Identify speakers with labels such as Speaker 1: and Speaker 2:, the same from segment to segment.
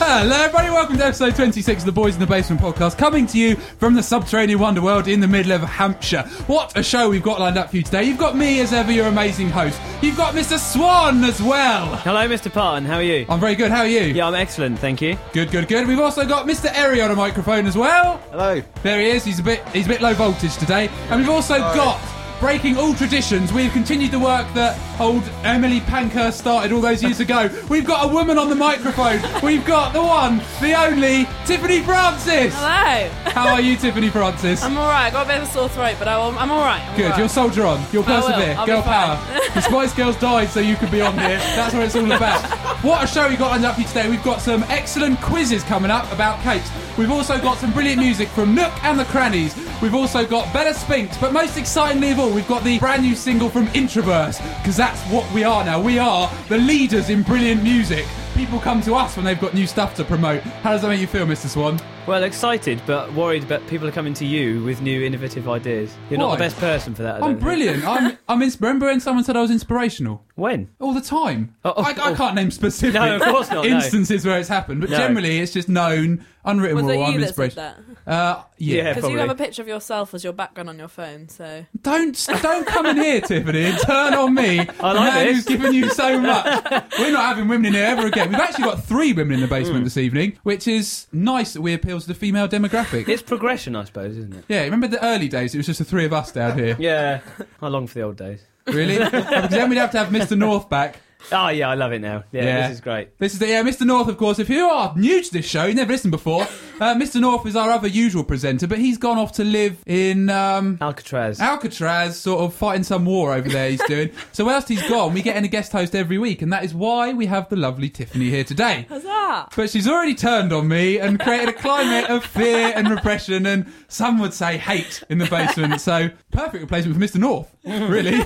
Speaker 1: Hello, everybody. Welcome to episode 26 of the Boys in the Basement podcast, coming to you from the subterranean Wonderworld in the middle of Hampshire. What a show we've got lined up for you today. You've got me as ever, your amazing host. You've got Mr. Swan as well.
Speaker 2: Hello, Mr. Parton. How are you?
Speaker 1: I'm very good. How are you?
Speaker 2: Yeah, I'm excellent, thank you.
Speaker 1: Good, good, good. We've also got Mr. Airy on a microphone as well.
Speaker 3: Hello.
Speaker 1: There he is. He's a bit he's a bit low voltage today. And we've also got breaking all traditions. We've continued the work that old Emily Pankhurst started all those years ago. We've got a woman on the microphone. We've got the one, the only Tiffany Francis.
Speaker 4: Hello.
Speaker 1: How are you, Tiffany Francis?
Speaker 4: I'm all right. Got a bit of a sore throat, but I will, I'm all right. I'm
Speaker 1: Good,
Speaker 4: all right.
Speaker 1: you'll soldier on. You'll
Speaker 4: I will.
Speaker 1: persevere.
Speaker 4: I'll be
Speaker 1: Girl
Speaker 4: fine.
Speaker 1: power. the Spice Girls died so you could be on here. That's what it's all about. What a show we got lined up for you today. We've got some excellent quizzes coming up about cakes. We've also got some brilliant music from Nook and the Crannies. We've also got Bella Spinks, but most excitingly of all, we've got the brand new single from Introverse, because that's what we are now. We are the leaders in brilliant music. People come to us when they've got new stuff to promote. How does that make you feel, Mr. Swan?
Speaker 2: Well, excited, but worried about people are coming to you with new innovative ideas. You're
Speaker 1: Why?
Speaker 2: not the best person for that. I
Speaker 1: I'm
Speaker 2: don't think.
Speaker 1: brilliant. I'm, I'm ins- Remember when someone said I was inspirational?
Speaker 2: When?
Speaker 1: All the time.
Speaker 2: Oh, oh,
Speaker 1: I, I
Speaker 2: oh.
Speaker 1: can't name specific
Speaker 2: No, of course not, no.
Speaker 1: instances where it's happened, but
Speaker 2: No.
Speaker 1: generally it's just known, unwritten
Speaker 4: Was
Speaker 1: rule.
Speaker 4: it
Speaker 1: I'm
Speaker 4: you that said
Speaker 1: inspirational.
Speaker 4: that?
Speaker 1: Uh, yeah.
Speaker 2: Yeah.
Speaker 4: Because you
Speaker 2: Probably.
Speaker 4: have a picture of yourself as your background on your phone, so
Speaker 1: Don't don't come in here, Tiffany, and turn on me. the
Speaker 2: I like
Speaker 1: man
Speaker 2: this.
Speaker 1: who's given you so much. We're not having women in here ever again. We've actually got three women in the
Speaker 2: Mm.
Speaker 1: basement this evening, which is nice that we appeal to the female demographic.
Speaker 2: It's progression, I suppose, isn't it?
Speaker 1: yeah, remember the early days? It was just the three of us down here.
Speaker 2: Yeah. I long for the old days.
Speaker 1: Really? because then we'd have to have Mr. North back.
Speaker 2: Oh, yeah, I love it now. Yeah,
Speaker 1: Yeah.
Speaker 2: this is great.
Speaker 1: This is the, yeah, Mr. North, of course. If you are new to this show, you've never listened before. Uh, Mr. North is our other usual presenter, but he's gone off to live in um,
Speaker 2: Alcatraz.
Speaker 1: Alcatraz, sort of fighting some war over there. He's doing. so whilst he's gone, we get in a guest host every week, and that is why we have the lovely Tiffany here today.
Speaker 4: huzzah!
Speaker 1: But she's already turned on me and created a climate of fear and repression, and some would say hate in the basement. So perfect replacement for Mr. North, really.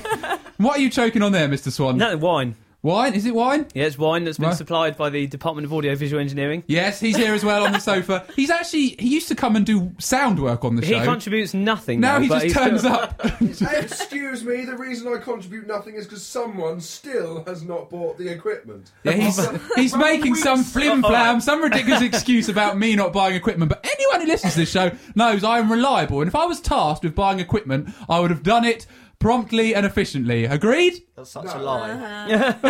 Speaker 1: what are you choking on there, Mr. Swan?
Speaker 2: no, wine.
Speaker 1: Wine? Is it wine?
Speaker 2: Yeah, it's wine that's been
Speaker 1: Right.
Speaker 2: supplied by the Department of Audio Visual Engineering.
Speaker 1: Yes, he's here as well on the sofa. He's actually he used to come and do sound work on the
Speaker 2: He
Speaker 1: show.
Speaker 2: contributes nothing.
Speaker 1: now he
Speaker 2: but
Speaker 1: just
Speaker 2: he's
Speaker 1: turns
Speaker 2: still-
Speaker 1: up.
Speaker 3: Excuse me, the reason I contribute nothing is because someone still has not bought the equipment.
Speaker 1: Yeah, he's he's
Speaker 3: Well,
Speaker 1: making
Speaker 3: we-
Speaker 1: some flim flam, some ridiculous excuse about me not buying equipment. But anyone who listens to this show knows I am reliable, and if I was tasked with buying equipment, I would have done it promptly and efficiently. Agreed?
Speaker 5: That's such
Speaker 3: No.
Speaker 5: a
Speaker 2: Uh-huh.
Speaker 5: lie.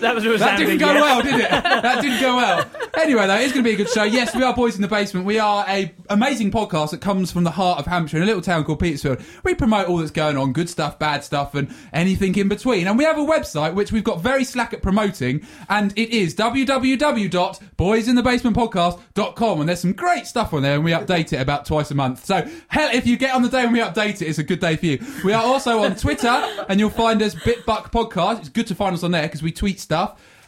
Speaker 2: That was a
Speaker 1: That
Speaker 2: resounding
Speaker 1: didn't go
Speaker 2: yes.
Speaker 1: well, did it? That didn't go well. Anyway, though, it's going to be a good show. Yes, we are Boys in the Basement. We are a amazing podcast that comes from the heart of Hampshire in a little town called Petersfield. We promote all that's going on, good stuff, bad stuff, and anything in between. And we have a website which we've got very slack at promoting, and it is www.boysinthebasementpodcast.com. And there's some great stuff on there, and we update it about twice a month. So, hell, if you get on the day when we update it, it's a good day for you. We are also on Twitter, and you'll find us Bitbuck Podcast. It's good to find us on there because we tweet stuff.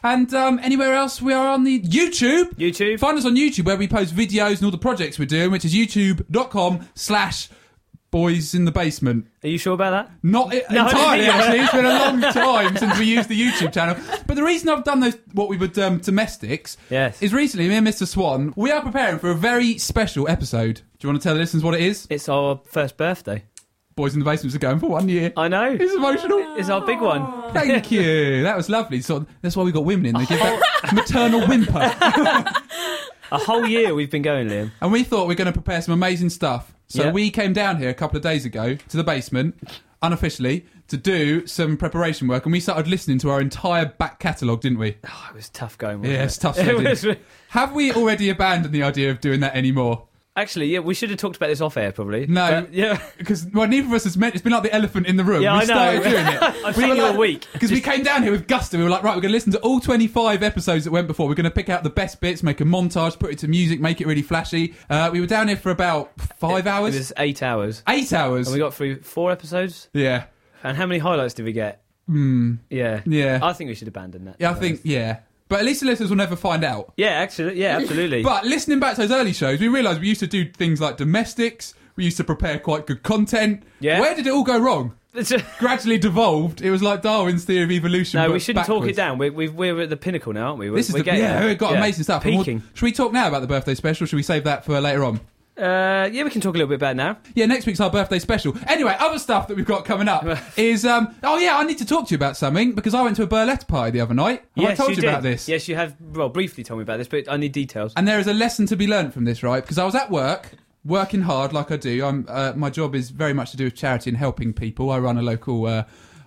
Speaker 1: And um, anywhere else, we are on the YouTube.
Speaker 2: YouTube.
Speaker 1: Find us on YouTube where we post videos and all the projects we're doing, which is youtube.com slash boys in the basement.
Speaker 2: Are you sure about that?
Speaker 1: Not i-
Speaker 2: No, I
Speaker 1: entirely,
Speaker 2: didn't
Speaker 1: actually. It's been a long time since we used the YouTube channel. But the reason I've done those, what we would um, domestics,
Speaker 2: Yes.
Speaker 1: is recently me and Mr. Swan, we are preparing for a very special episode. Do you want to tell the listeners what it is?
Speaker 2: It's our first birthday.
Speaker 1: Boys in the Basements are going for one year.
Speaker 2: I know.
Speaker 1: It's emotional.
Speaker 2: It's our big one.
Speaker 1: Thank you. That was lovely. So that's why we got women in. They give that maternal whimper.
Speaker 2: A whole year we've been going, Liam.
Speaker 1: And we thought we are going to prepare some amazing stuff. So
Speaker 2: Yeah.
Speaker 1: we came down here a couple of days ago to the basement, unofficially, to do some preparation work. And we started listening to our entire back catalogue, didn't we?
Speaker 2: Oh, it was tough going. Wasn't
Speaker 1: Yeah,
Speaker 2: it?
Speaker 1: it's tough.
Speaker 2: It
Speaker 1: sledding.
Speaker 2: was-
Speaker 1: Have we already abandoned the idea of doing that anymore?
Speaker 2: Actually, yeah, we should have talked about this off air, probably.
Speaker 1: No.
Speaker 2: But, yeah,
Speaker 1: Because well, neither of us has meant. It's been like the elephant in the room.
Speaker 2: Yeah,
Speaker 1: we
Speaker 2: I know.
Speaker 1: started doing it.
Speaker 2: I've seen you a week.
Speaker 1: Because we came down here with gusto. We were like, right, we're going to listen to all 25 episodes that went before. We're going to pick out the best bits, make a montage, put it to music, make it really flashy. Uh, we were down here for about five hours,
Speaker 2: It was eight hours,
Speaker 1: eight hours.
Speaker 2: and we got through four episodes.
Speaker 1: yeah.
Speaker 2: And how many highlights did we get?
Speaker 1: Hmm.
Speaker 2: Yeah,
Speaker 1: Yeah.
Speaker 2: I think we should abandon that.
Speaker 1: Yeah, I
Speaker 2: to be
Speaker 1: think
Speaker 2: honest.
Speaker 1: yeah. But at least the listeners will never find out.
Speaker 2: Yeah, actually, yeah, absolutely.
Speaker 1: But listening back to those early shows, we realised we used to do things like domestics. We used to prepare quite good content.
Speaker 2: Yeah.
Speaker 1: Where did it all go wrong?
Speaker 2: It's-
Speaker 1: Gradually devolved. It was like Darwin's theory of evolution.
Speaker 2: no,
Speaker 1: but
Speaker 2: we shouldn't talk it
Speaker 1: backwards.
Speaker 2: down. We're, we've, we're at the pinnacle now, aren't we? We're,
Speaker 1: This is
Speaker 2: we're
Speaker 1: the,
Speaker 2: getting
Speaker 1: yeah,
Speaker 2: there.
Speaker 1: we've got
Speaker 2: Yeah.
Speaker 1: amazing stuff. And we'll-
Speaker 2: Peaking.
Speaker 1: should we talk now about the birthday special? Should we save that for later on?
Speaker 2: Uh, yeah, we can talk a little bit about it now.
Speaker 1: Yeah, next week's our birthday special. Anyway, other stuff that we've got coming up is um, oh yeah, I need to talk to you about something because I went to a burlesque party the other night. Have I
Speaker 2: yes,
Speaker 1: told
Speaker 2: you
Speaker 1: you,
Speaker 2: did.
Speaker 1: about this.
Speaker 2: Yes, you have. Well, briefly told me about this, but I need details.
Speaker 1: And there is a lesson to be learnt from this, right? Because I was at work, working hard like I do. I'm, uh, my job is very much to do with charity and helping people. I run a local uh,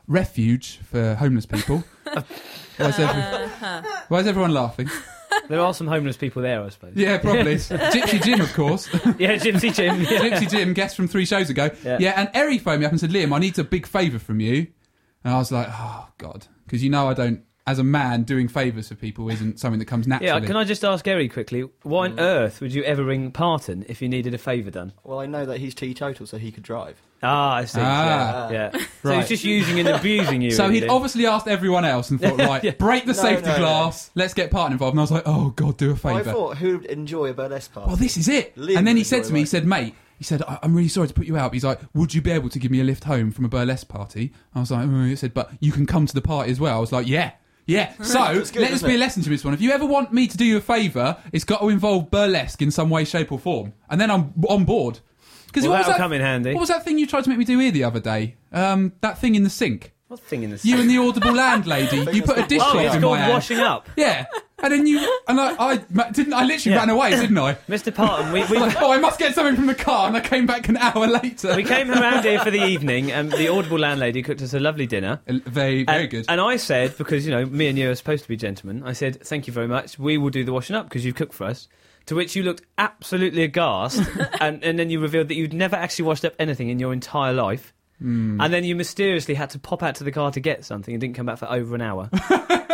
Speaker 1: refuge for homeless people. why, is every-
Speaker 4: Uh-huh.
Speaker 1: why is everyone laughing?
Speaker 2: there are some homeless people there, I suppose.
Speaker 1: Yeah, probably. Gypsy Jim, of course.
Speaker 2: yeah, Gypsy Jim. Yeah.
Speaker 1: Gypsy Jim, guest from three shows ago. Yeah,
Speaker 2: Yeah.
Speaker 1: and Eri phoned me up and said, Liam, I need a big favour from you. And I was like, oh, God. Because you know I don't, as a man, doing favours for people isn't something that comes naturally.
Speaker 2: Yeah, can I just ask Gary quickly? Why
Speaker 1: Mm.
Speaker 2: on earth would you ever ring Parton if you needed a favour done?
Speaker 5: Well, I know that he's teetotal, so he could drive.
Speaker 2: Ah, I see.
Speaker 1: Ah.
Speaker 2: yeah, yeah. So
Speaker 1: Right.
Speaker 2: he's just using and abusing you.
Speaker 1: So
Speaker 2: really.
Speaker 1: he'd obviously asked everyone else and thought, right, break the
Speaker 5: No,
Speaker 1: safety
Speaker 5: no, no.
Speaker 1: glass, let's get partner involved. And I was like, oh God, do a
Speaker 5: I
Speaker 1: favour.
Speaker 5: thought who would enjoy a burlesque party?
Speaker 1: Well, this is it.
Speaker 5: Liam
Speaker 1: and then he
Speaker 5: would
Speaker 1: said
Speaker 5: enjoy
Speaker 1: to me, he
Speaker 5: that.
Speaker 1: said, mate, he said, I- I'm really sorry to put you out. But he's like, would you be able to give me a lift home from a burlesque party? I was like, mm. he said, but you can come to the party as well. I was like, yeah. Yeah, so
Speaker 5: good,
Speaker 1: let this
Speaker 5: isn't
Speaker 1: be a
Speaker 5: it?
Speaker 1: lesson to this one. If you ever want me to do you a favour, it's got to involve burlesque in some way, shape, or form, and then I'm on board. Because
Speaker 2: Well, that'll come in handy.
Speaker 1: What was that thing you tried to make me do here the other day? Um, that thing in the sink.
Speaker 2: what thing in this?
Speaker 1: You and the audible landlady. You
Speaker 5: that's
Speaker 1: put a
Speaker 5: the-
Speaker 2: oh,
Speaker 1: dishcloth
Speaker 2: it's
Speaker 1: in
Speaker 2: called
Speaker 1: my hand.
Speaker 2: washing up.
Speaker 1: Yeah, and then you and I, I ma- didn't. I literally
Speaker 2: Yeah.
Speaker 1: ran away, didn't I?
Speaker 2: Mr. Parton, we, we,
Speaker 1: Like, oh, I must get something from the car, and I came back an hour later.
Speaker 2: we came around here for the evening, and the audible landlady cooked us a lovely dinner.
Speaker 1: And Very,
Speaker 2: And,
Speaker 1: very good.
Speaker 2: And I said, because you know, me and you are supposed to be gentlemen. I said, "Thank you very much. We will do the washing up because you've cooked for us." To which you looked absolutely aghast, and, and then you revealed that you'd never actually washed up anything in your entire life.
Speaker 1: Hmm.
Speaker 2: And then you mysteriously had to pop out to the car to get something and didn't come back for over an hour.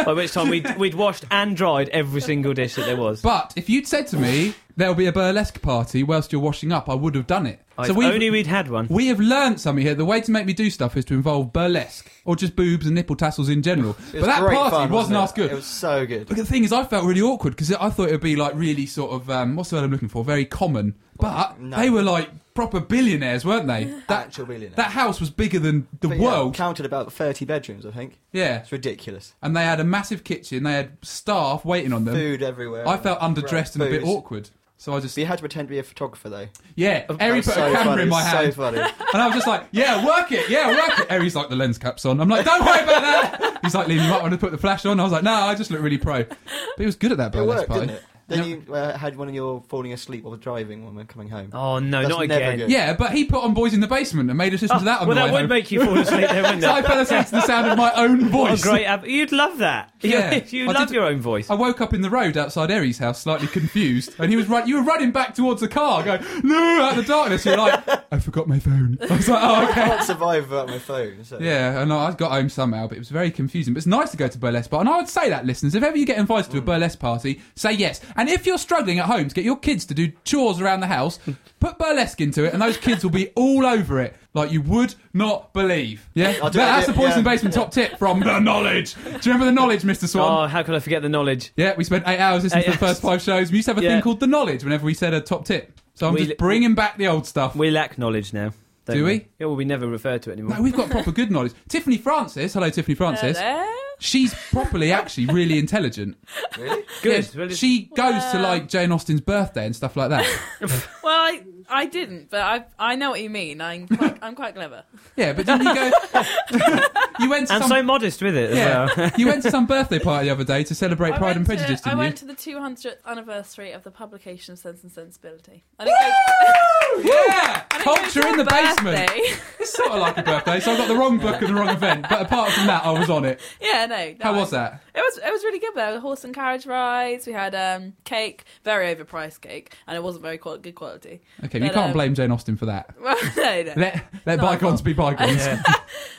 Speaker 2: By which time we'd, we'd washed and dried every single dish that there was.
Speaker 1: but if you'd said to me there'll be a burlesque party whilst you're washing up, I would have done it.
Speaker 2: if
Speaker 1: we've-
Speaker 2: Oh, only we'd had one.
Speaker 1: we have learned something here. The way to make me do stuff is to involve burlesque or just boobs and nipple tassels in general. But
Speaker 5: It was
Speaker 1: that
Speaker 5: great
Speaker 1: party
Speaker 5: fun,
Speaker 1: wasn't
Speaker 5: it?
Speaker 1: as good.
Speaker 5: It was so good.
Speaker 1: But the thing is, I felt really awkward because I thought it would be like really sort of um, what's the word I'm looking for? Very common, but
Speaker 5: no.
Speaker 1: they were like proper billionaires, weren't they? That
Speaker 5: Actual billionaires.
Speaker 1: that house was bigger than the
Speaker 5: But yeah,
Speaker 1: world. Yeah,
Speaker 5: counted about 30 bedrooms, I think. It's ridiculous.
Speaker 1: and they had a massive kitchen. They had staff waiting on them.
Speaker 5: Food uh, everywhere.
Speaker 1: Um, I felt underdressed and a bit
Speaker 5: Booze.
Speaker 1: awkward, so I just
Speaker 5: But you had to pretend to be a photographer, though.
Speaker 1: yeah. Eri
Speaker 5: That
Speaker 1: put
Speaker 5: was so
Speaker 1: a camera
Speaker 5: funny,
Speaker 1: in my hand,
Speaker 5: So funny.
Speaker 1: and I was just like, yeah, work it, yeah, work it. Eri's like the lens caps on. I'm like, don't worry about that. He's like, Liam, you might want to put the flash on. I was like, no, I just look really pro. But he was good at that
Speaker 5: It
Speaker 1: burlesque
Speaker 5: worked,
Speaker 1: party.
Speaker 5: didn't it? Then you uh, had one of your falling asleep while driving when we're coming home.
Speaker 2: Oh no,
Speaker 5: That's
Speaker 2: not
Speaker 5: never
Speaker 2: again.
Speaker 5: good.
Speaker 1: Yeah, but he put on Boys in the Basement and made us listen to that on
Speaker 2: Oh, well,
Speaker 1: the way
Speaker 2: that would
Speaker 1: home.
Speaker 2: make you fall asleep there, wouldn't it?
Speaker 1: so I fell asleep to the sound of my own
Speaker 2: What
Speaker 1: voice.
Speaker 2: a great ab- You'd love that.
Speaker 1: Yeah.
Speaker 2: you
Speaker 1: I
Speaker 2: love
Speaker 1: did-
Speaker 2: your own voice.
Speaker 1: I woke up in the road outside Eri's house, slightly confused, and he was run- you were running back towards the car, going no out of the darkness. You're like, I forgot my phone. I was like, oh
Speaker 5: I
Speaker 1: okay.
Speaker 5: can't survive without my phone. So.
Speaker 1: Yeah, and I got home somehow, but it was very confusing. But it's nice to go to burlesque bar, and I would say that, listeners, if ever you get invited to a burlesque party, say yes. And if you're struggling at home to get your kids to do chores around the house, put burlesque into it, and those kids will be all over it, like you would not believe. Yeah,
Speaker 5: I'll do it,
Speaker 1: that's the
Speaker 5: yeah,
Speaker 1: Poison
Speaker 5: yeah.
Speaker 1: Basement top tip from the knowledge. Do you remember the knowledge, Mister Swan?
Speaker 2: Oh, how could I forget the knowledge?
Speaker 1: Yeah, we spent eight hours listening
Speaker 2: Eight
Speaker 1: to the first five shows. We used to have a
Speaker 2: Yeah.
Speaker 1: thing called the knowledge whenever we said a top tip. So I'm
Speaker 2: We li-
Speaker 1: just bringing back the old stuff.
Speaker 2: We lack knowledge now. don't
Speaker 1: Do we?
Speaker 2: Yeah, well, we never refer to it anymore.
Speaker 1: No, we've got proper good knowledge. Tiffany Francis, hello Tiffany Francis.
Speaker 4: Hello?
Speaker 1: She's properly actually really intelligent.
Speaker 5: Really?
Speaker 2: Good.
Speaker 1: Yeah,
Speaker 2: Well, it's-
Speaker 1: she goes to like Jane Austen's birthday and stuff like that.
Speaker 4: Well, I, I didn't, but I I know what you mean. I'm quite, I'm quite clever.
Speaker 1: Yeah, but didn't you go? you went to
Speaker 2: and
Speaker 1: some.
Speaker 2: so modest with it as well.
Speaker 1: yeah, you went to some birthday party the other day to celebrate
Speaker 4: I
Speaker 1: Pride and
Speaker 4: went to-
Speaker 1: Prejudice,
Speaker 4: I
Speaker 1: didn't you?
Speaker 4: went to the 200th anniversary of the publication of Sense and Sensibility. I didn't
Speaker 1: Woo! yeah,
Speaker 4: I didn't go
Speaker 1: culture
Speaker 4: to
Speaker 1: in
Speaker 4: a
Speaker 1: the basement.
Speaker 4: birthday.
Speaker 1: It's sort of like a birthday, so I got the wrong book and the wrong event. But apart from that, I was on it.
Speaker 4: yeah, no, no.
Speaker 1: How was
Speaker 4: I-
Speaker 1: that?
Speaker 4: It was it was really good. There were horse and carriage rides. We had um, cake, very overpriced cake, and it wasn't very qual- good quality.
Speaker 1: Okay,
Speaker 4: But,
Speaker 1: you can't
Speaker 4: um,
Speaker 1: blame Jane Austen for that.
Speaker 4: Well, no, no.
Speaker 1: Let, let
Speaker 4: No, I
Speaker 1: bygones be bygones.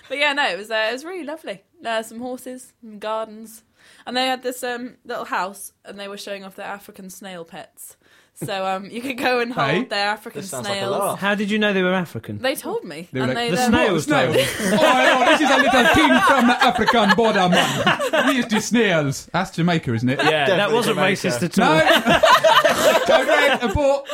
Speaker 4: But yeah, no, it was uh, it was really lovely. Uh, some horses, some gardens, and they had this um, little house, and they were showing off their African snail pets. So um, you could go and hold
Speaker 1: Hey.
Speaker 4: their African
Speaker 5: This sounds like a
Speaker 4: snails.
Speaker 5: laugh.
Speaker 2: How did you know they were African?
Speaker 4: they told me,
Speaker 1: They were
Speaker 4: and
Speaker 1: like,
Speaker 4: they
Speaker 2: the
Speaker 4: then-
Speaker 2: snail-
Speaker 1: What, snails? oh, no, this is a little king from the African border, man. Here's the snails. That's Jamaica, isn't it?
Speaker 2: Yeah, that
Speaker 5: Definitely
Speaker 2: wasn't
Speaker 5: Jamaica.
Speaker 2: racist at all.
Speaker 1: No. Go back, abort.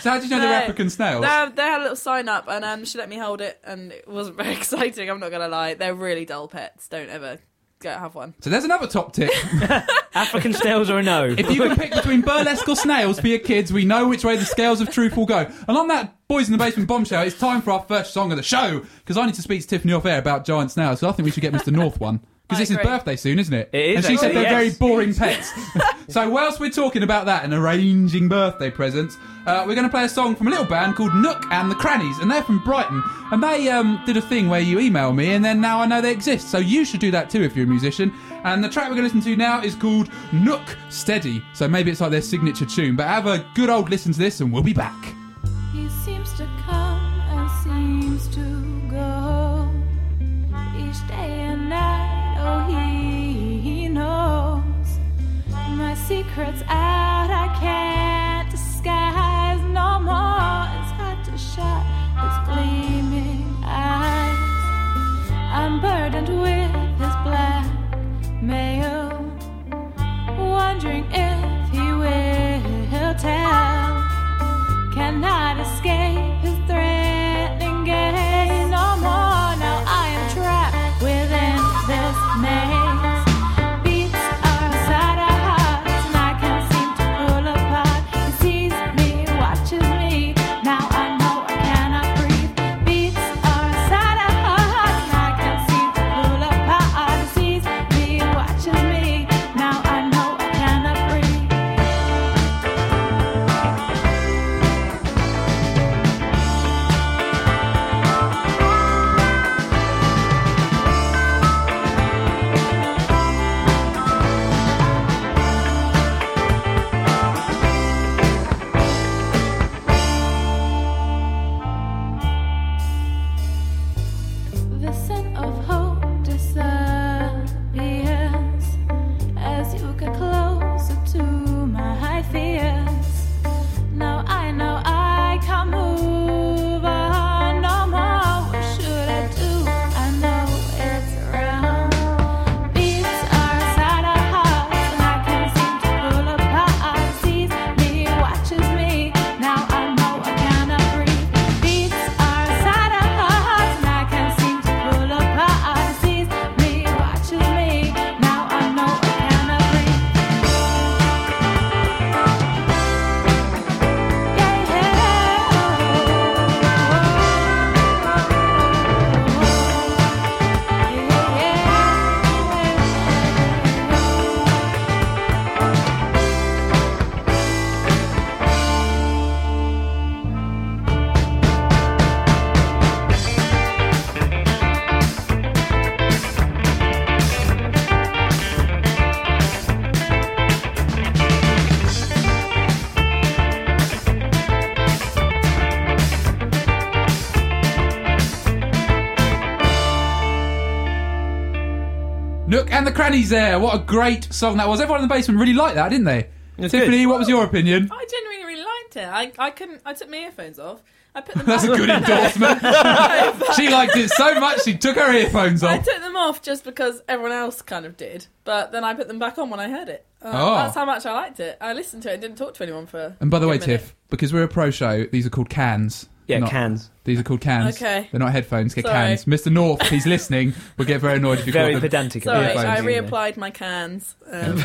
Speaker 1: So how did you know they're
Speaker 4: No.
Speaker 1: African snails?
Speaker 4: They had, they had a little sign up, and um, she let me hold it, and it wasn't very exciting. I'm not gonna lie, they're really dull pets. Don't ever go have one.
Speaker 1: So there's another top tip.
Speaker 2: African snails are a no.
Speaker 1: If you can pick between burlesque or snails for your kids, we know which way the scales of truth will go. And on that Boys in the Basement bombshell, it's time for our first song of the show. Because I need to speak to Tiffany off air about giant snails, so I think we should get Mr. North one. Because
Speaker 4: I
Speaker 1: it's his
Speaker 4: agree.
Speaker 1: birthday soon, isn't it?
Speaker 2: It is,
Speaker 1: And she said
Speaker 2: actually,
Speaker 1: they're very
Speaker 2: yes.
Speaker 1: boring pets. so whilst we're talking about that and arranging birthday presents, uh, we're going to play a song from a little band called Nook and the Crannies, and they're from Brighton. And they um, did a thing where you email me, and then now I know they exist. So you should do that too if you're a musician. And the track we're going to listen to now is called Nook Steady. So maybe it's like their signature tune. But have a good old listen to this, and we'll be back.
Speaker 6: He seems to come and seems to go. Each day and night, oh, he, he knows. My secret's out, I can't disguise no more. It's hard to shut his gleaming eyes. I'm burdened with his black mail, wondering if he will tell cannot escape his threatening gaze no more. Now I am trapped within this maze. Beats are inside our hearts, and I can't seem to pull apart. He sees me, watches me. Now I know I cannot breathe. Beats are inside our hearts, and I can't seem to pull apart. He sees me, watches me. Now I know I cannot breathe. The scent of hope disappears as you get closer to my fears. Now I know I can't move on no more. What should I do? I know it's wrong. Beats are inside our hearts, and I can't seem to pull apart. Sees me, watches me. Now I know I cannot breathe. Beats are inside our hearts, and I can't seem to pull apart. Sees me, watches me. Now I know I cannot breathe.
Speaker 1: Nook and the Crannies there. What a great song that was. Everyone in the basement really liked that, didn't they?
Speaker 2: It's
Speaker 1: Tiffany,
Speaker 2: good.
Speaker 1: what was your opinion?
Speaker 4: I genuinely really liked it. I, I couldn't. I took my earphones off. I put them.
Speaker 1: That's a
Speaker 4: back-
Speaker 1: good endorsement. she liked it so much she took her earphones
Speaker 4: I
Speaker 1: off.
Speaker 4: took them off just because everyone else kind of did, but then I put them back on when I heard it. Uh,
Speaker 1: Oh.
Speaker 4: That's how much I liked it. I listened to it and didn't talk to anyone for.
Speaker 1: And by the
Speaker 4: a
Speaker 1: way,
Speaker 4: minute.
Speaker 1: Tiff, because we're a pro show, these are called cans.
Speaker 2: yeah,
Speaker 1: not-
Speaker 2: cans.
Speaker 1: These are called cans.
Speaker 4: Okay.
Speaker 1: They're not headphones, they're
Speaker 4: Sorry.
Speaker 1: cans. Mr. North, if he's listening, will get very annoyed if you
Speaker 2: Very
Speaker 1: call them.
Speaker 2: pedantic. about
Speaker 4: Sorry,
Speaker 2: it.
Speaker 1: earphones,
Speaker 4: I
Speaker 1: yeah.
Speaker 4: reapplied my cans. Um,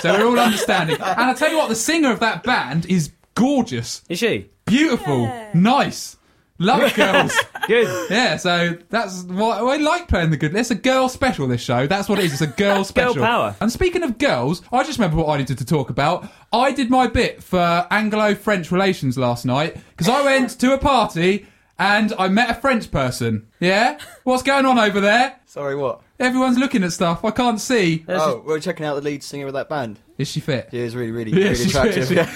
Speaker 1: So we're all understanding. And I tell you what, the singer of that band is gorgeous,
Speaker 2: Is she
Speaker 1: beautiful,
Speaker 4: Yeah.
Speaker 1: nice. Love it, girls.
Speaker 2: good?
Speaker 1: Yeah, so that's what I like playing the good. It's a girl special. This show, that's what it is. It's a girl special.
Speaker 2: power.
Speaker 1: And speaking of girls, I just remember what I needed to talk about. I did my bit for Anglo-French relations last night because I went to a party and I met a French person. Yeah, what's going on over there?
Speaker 5: Sorry, what?
Speaker 1: Everyone's looking at stuff. I can't see.
Speaker 5: oh, we're checking out the lead singer of that band.
Speaker 1: Is she fit?
Speaker 5: She was really, really,
Speaker 1: Yeah,
Speaker 5: really
Speaker 1: she's
Speaker 5: attractive.
Speaker 1: fit.
Speaker 5: Yeah.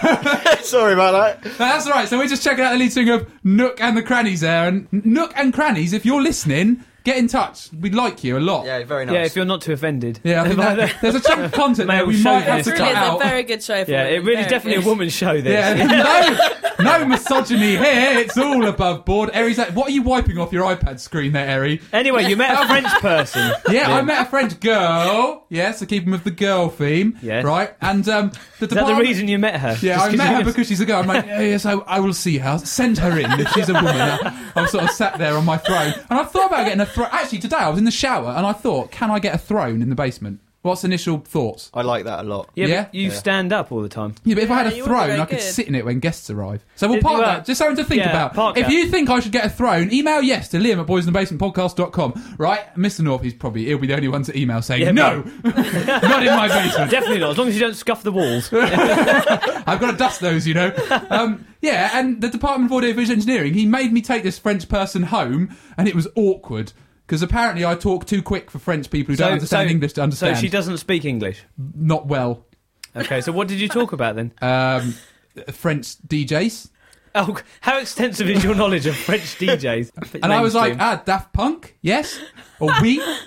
Speaker 1: yeah.
Speaker 5: Sorry about that.
Speaker 1: No, That's right. So we're just checking out the lead singer of Nook and the Crannies there. And Nook and Crannies, if you're listening, get in touch. We like you a lot.
Speaker 5: Yeah, very nice.
Speaker 2: Yeah, if you're not too offended.
Speaker 1: Yeah, I think
Speaker 2: By
Speaker 1: that, there's a chunk of content there
Speaker 2: Male
Speaker 1: we might have
Speaker 2: It's
Speaker 4: it
Speaker 1: to
Speaker 2: chauvinist.
Speaker 1: cut
Speaker 4: really is a
Speaker 1: out.
Speaker 4: very good show for
Speaker 2: Yeah,
Speaker 4: women.
Speaker 2: it really
Speaker 4: Very
Speaker 2: definitely
Speaker 4: good.
Speaker 2: a woman show. This.
Speaker 1: Yeah, No misogyny here. It's all above board. Eri's like, what are you wiping off your iPad screen there, Eri?
Speaker 2: Anyway, you met a French person.
Speaker 1: Yeah, I met a French girl. Yes, I keep him with the girl theme.
Speaker 2: Yes.
Speaker 1: Right? And um, the
Speaker 2: Is that the
Speaker 1: department-
Speaker 2: reason you met her?
Speaker 1: Yeah,
Speaker 2: Just
Speaker 1: I
Speaker 2: 'cause
Speaker 1: met
Speaker 2: you-
Speaker 1: her because she's a girl. I'm like, yeah, yes, I, I will see her. Send her in if she's a woman. I, I was sort of sat there on my throne, and I thought about getting a throne. Actually, today I was in the shower, and I thought, can I get a throne in the basement? What's initial thoughts?
Speaker 5: I like that a lot.
Speaker 2: Yeah, but
Speaker 1: Yeah?
Speaker 2: you stand up all the time.
Speaker 1: Yeah, but if I had
Speaker 4: Yeah,
Speaker 1: a
Speaker 4: you wouldn't be
Speaker 1: throne,
Speaker 4: very
Speaker 1: I could
Speaker 4: good.
Speaker 1: sit in it when guests arrive. So we'll
Speaker 2: Did-
Speaker 1: park
Speaker 2: well,
Speaker 1: that. Just something to think
Speaker 2: yeah,
Speaker 1: about.
Speaker 2: park
Speaker 1: If
Speaker 2: that.
Speaker 1: you think I should get a throne, email yes to Liam at boysinthebasement.podcast.com. Right, Mr. North, he's probably he'll be the only one to email saying
Speaker 2: Yeah,
Speaker 1: no, not in my basement.
Speaker 2: Definitely not, as long as you don't scuff the walls.
Speaker 1: I've got to dust those, you know. Um, yeah, and the Department of Audiovisual Engineering, he made me take this French person home, and it was awkward because apparently I talk too quick for French people who don't understand English to understand.
Speaker 2: So she doesn't speak English.
Speaker 1: Not well.
Speaker 2: Okay, so what did you talk about then?
Speaker 1: Um, French DJs,
Speaker 2: Oh, how extensive is your knowledge of French DJs?
Speaker 1: and I was like,
Speaker 2: Mainstream.
Speaker 1: ah, Daft Punk, yes, or we. I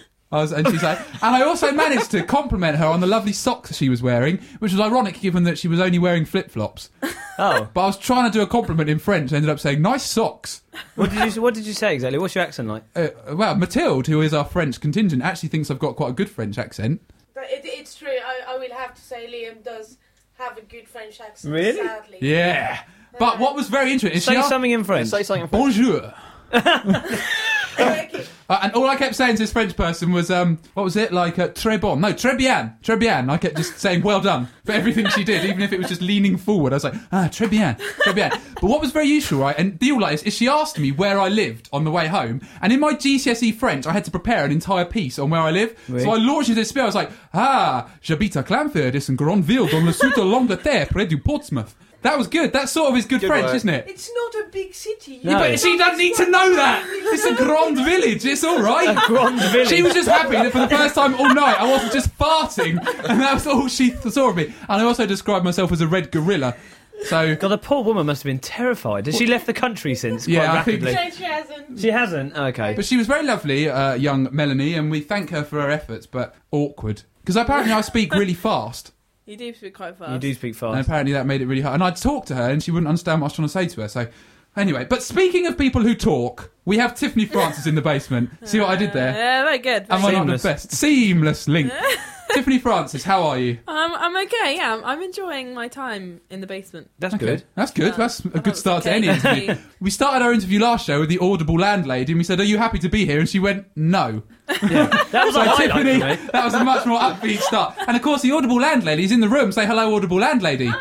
Speaker 1: was, and she's like, and I also managed to compliment her on the lovely socks she was wearing, which was ironic given that she was only wearing flip flops.
Speaker 2: oh,
Speaker 1: But I was trying to do a compliment in French, and ended up saying, "Nice socks."
Speaker 2: what did you what did you say exactly? What's your accent like?
Speaker 1: uh, well, Mathilde, who is our French contingent, actually thinks I've got quite a good French accent.
Speaker 6: But it, it's true. I, I will have to say Liam does have a good French accent.
Speaker 2: Really?
Speaker 6: Sadly.
Speaker 1: Yeah. But what was very interesting is
Speaker 2: Say
Speaker 1: she asked,
Speaker 2: something in French.
Speaker 5: Say something. French.
Speaker 1: Bonjour.
Speaker 6: Okay.
Speaker 1: Uh, and all I kept saying to this French person was, um, what was it? Like, uh, très bon. No, très bien. Très bien. I kept just saying, well done for everything she did, even if it was just leaning forward. I was like, ah, très bien. Très bien. But what was very useful, right? And deal like this is she asked me where I lived on the way home. And in my GCSE E French, I had to prepare an entire piece on where I live. So I launched into this spiel. I was like, ah, j'habite à Clanford. It's a grande ville dans le sud de l'Angleterre, près du Portsmouth. That was good. That sort of is good,
Speaker 5: Good
Speaker 1: French,
Speaker 5: work.
Speaker 1: isn't it?
Speaker 6: It's not a big city.
Speaker 2: No.
Speaker 1: But she doesn't need to know that. It's a grand village. It's all right.
Speaker 2: Grand Village.
Speaker 1: She was just happy that for the first time all night I wasn't just farting, and that was all she saw of me. And I also described myself as a red gorilla. So
Speaker 2: God, the poor woman must have been terrified. Has she left the country since?
Speaker 1: Yeah,
Speaker 2: quite
Speaker 1: I think-
Speaker 2: rapidly.
Speaker 6: No, she hasn't.
Speaker 2: She hasn't. Okay.
Speaker 1: But she was very lovely, uh, young Melanie, and we thank her for her efforts, but awkward. Because apparently I speak really fast,
Speaker 4: You do speak quite fast.
Speaker 2: You do speak
Speaker 1: and
Speaker 2: fast.
Speaker 1: apparently that made it really hard. And I'd talk to her, and she wouldn't understand what I was trying to say to her. So, anyway, but speaking of people who talk, we have Tiffany Francis in the basement. See what I did there?
Speaker 4: Yeah, very good.
Speaker 1: Am I not the
Speaker 2: Seamless.
Speaker 1: best? Seamless link. Tiffany Francis, how are you?
Speaker 4: Um, I'm okay. Yeah, I'm, I'm enjoying my time in the basement.
Speaker 2: That's
Speaker 1: Okay,
Speaker 2: good.
Speaker 1: That's good.
Speaker 4: Um,
Speaker 1: That's a
Speaker 4: I thought it
Speaker 1: good
Speaker 4: was
Speaker 1: start
Speaker 4: okay.
Speaker 1: to any interview. We started our interview last show with the audible landlady, and we said, "Are you happy to be here?" And she went, "No."
Speaker 2: That was a
Speaker 1: So
Speaker 2: highlight for
Speaker 1: Tiffany,
Speaker 2: me.
Speaker 1: that was a much more upbeat start. And of course, the audible landlady's in the room. Say hello, audible landlady.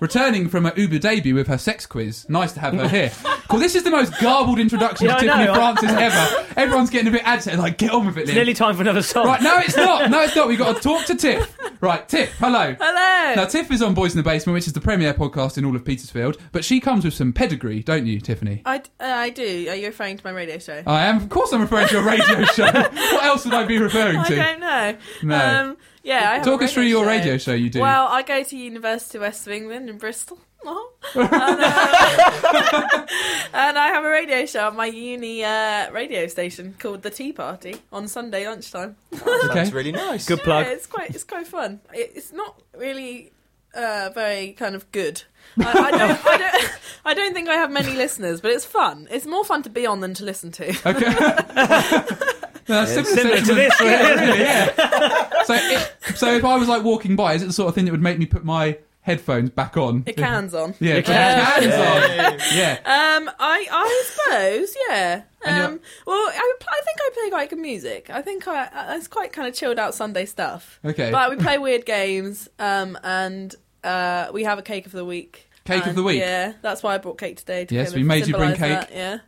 Speaker 1: Returning from her Uber debut with her sex quiz. Nice to have her here. Cool. This is the most garbled introduction
Speaker 2: Yeah,
Speaker 1: to
Speaker 2: I
Speaker 1: Tiffany
Speaker 2: know.
Speaker 1: Francis ever. Everyone's getting a bit agitated. Like, get on with it,
Speaker 2: It's
Speaker 1: Liam.
Speaker 2: nearly time for another song.
Speaker 1: Right, no, it's not. No, it's not. We've got to talk to Tiff. Right, Tiff, hello.
Speaker 4: Hello.
Speaker 1: Now, Tiff is on Boys in the Basement, which is the premier podcast in all of Petersfield, but she comes with some pedigree, don't you, Tiffany?
Speaker 4: I, d- uh, I do. Are you referring to my radio show?
Speaker 1: I am, of course, I'm referring to a radio show. What else would I be referring
Speaker 4: I
Speaker 1: to?
Speaker 4: don't know.
Speaker 1: No.
Speaker 4: Um, yeah, I have
Speaker 1: Talk
Speaker 4: a
Speaker 1: us through your radio show you do.
Speaker 4: Well, I go to University of West of England in Bristol. Aw. and, um, and I have a radio show on my uni uh, radio station called The Tea Party on Sunday lunchtime.
Speaker 5: Sounds
Speaker 1: Okay.
Speaker 5: really nice.
Speaker 2: Good plug.
Speaker 4: Yeah, it's quite it's quite fun. It, it's not really uh, very kind of good. I, I, don't, I don't I don't think I have many listeners, but it's fun. It's more fun to be on than to listen to.
Speaker 1: Okay. No, similar
Speaker 2: Similar to
Speaker 1: sentiment.
Speaker 2: this. really.
Speaker 1: Really, yeah. So, it, so if I was like walking by, is it the sort of thing that would make me put my headphones back on?
Speaker 4: It cans on.
Speaker 1: Yeah,
Speaker 2: It
Speaker 1: hands on.
Speaker 5: Hey.
Speaker 1: Yeah.
Speaker 4: Um, I I suppose, yeah.
Speaker 1: And you're-
Speaker 4: Um, well, I, pl- I think I play quite good music. I think I, I it's quite kind of chilled out Sunday stuff.
Speaker 1: Okay.
Speaker 4: But we play weird games, um, and uh, we have a cake of the week.
Speaker 1: Cake of
Speaker 4: And,
Speaker 1: the week?
Speaker 4: Yeah, that's why I brought cake today. To
Speaker 1: Yes,
Speaker 4: kind
Speaker 1: we
Speaker 4: of
Speaker 1: made you bring
Speaker 4: symbolise that, yeah.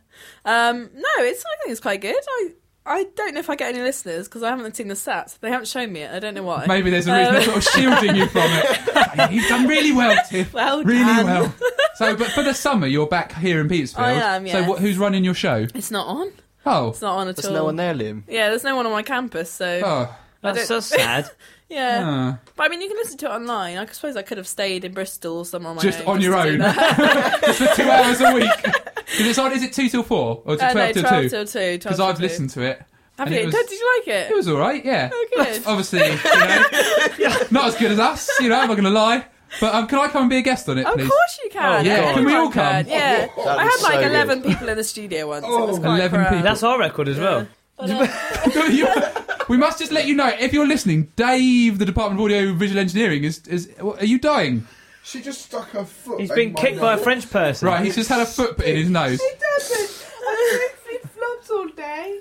Speaker 4: Um, no, it's I think it's quite good. I I don't know if I get any listeners because I haven't seen the stats. They haven't shown me it. I don't know why.
Speaker 1: Maybe there's a
Speaker 4: uh,
Speaker 1: reason they're sort of shielding you from it. You've done really well, Tiff.
Speaker 4: Well
Speaker 1: really
Speaker 4: done.
Speaker 1: well. So, but for the summer, you're back here in Petersfield.
Speaker 4: I am,
Speaker 1: So,
Speaker 4: yes.
Speaker 1: what, who's running your show?
Speaker 4: It's not on.
Speaker 1: Oh,
Speaker 4: It's not on at
Speaker 5: There's
Speaker 4: all.
Speaker 5: no one there, Liam.
Speaker 4: Yeah, there's no one on my campus. So
Speaker 1: oh,
Speaker 2: That's so sad.
Speaker 4: yeah.
Speaker 1: ah.
Speaker 4: But I mean, you can listen to it online. I suppose I could have stayed in Bristol or somewhere on my
Speaker 1: just
Speaker 4: own.
Speaker 1: on your
Speaker 4: to do
Speaker 1: own.
Speaker 4: that.
Speaker 1: it's for two hours a week. 'Cause it's on. Is it two till four or is it
Speaker 4: Uh, no,
Speaker 1: twelve till
Speaker 4: 12
Speaker 1: two?
Speaker 4: till 2.
Speaker 1: Because
Speaker 4: 12
Speaker 1: I've
Speaker 4: till
Speaker 1: listened to it.
Speaker 4: Have
Speaker 1: and
Speaker 4: you?
Speaker 1: it was-
Speaker 4: Did you like it?
Speaker 1: It was all right. Yeah.
Speaker 4: Oh, good.
Speaker 1: Obviously, you know, not as good as us. You know, I'm not going to lie. But um, can I come and be a guest on it,
Speaker 4: Of
Speaker 1: please?
Speaker 4: course you
Speaker 2: Oh,
Speaker 4: can.
Speaker 1: yeah,
Speaker 4: Everyone
Speaker 1: can we all come? Oh,
Speaker 4: Yeah.
Speaker 5: That
Speaker 4: I had
Speaker 5: was
Speaker 4: like
Speaker 5: so
Speaker 4: 11 people in the studio once. it was
Speaker 3: Oh.
Speaker 4: quite
Speaker 1: 11
Speaker 4: crap.
Speaker 1: people.
Speaker 2: That's our record as well.
Speaker 6: But, uh,
Speaker 1: You- we must just let you know if you're listening, Dave, the Department of Audio Visual Engineering, is is what- are you dying?
Speaker 3: She just stuck her foot.
Speaker 2: He's
Speaker 3: in
Speaker 2: been
Speaker 3: my
Speaker 2: kicked by a
Speaker 3: nose.
Speaker 2: French person.
Speaker 1: Right, he's just had a foot in his nose.
Speaker 6: She doesn't. I'm doing flip flops all day.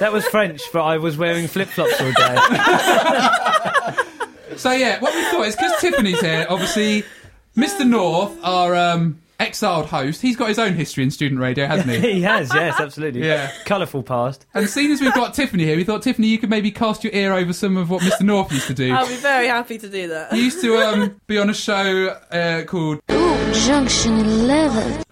Speaker 2: That was French, but I was wearing flip flops all day.
Speaker 1: So yeah, what we thought is because Tiffany's here, obviously, Mr. North, our um, exiled host, he's got his own history in student radio, hasn't he?
Speaker 2: he has, yes, absolutely.
Speaker 1: Yeah.
Speaker 2: Colourful past.
Speaker 1: And seeing as we've got Tiffany here, we thought Tiffany, you could maybe cast your ear over some of what Mr. North used to do.
Speaker 4: I'll be very happy to do that.
Speaker 1: he used to um, be on a show uh, called
Speaker 7: Junction 11.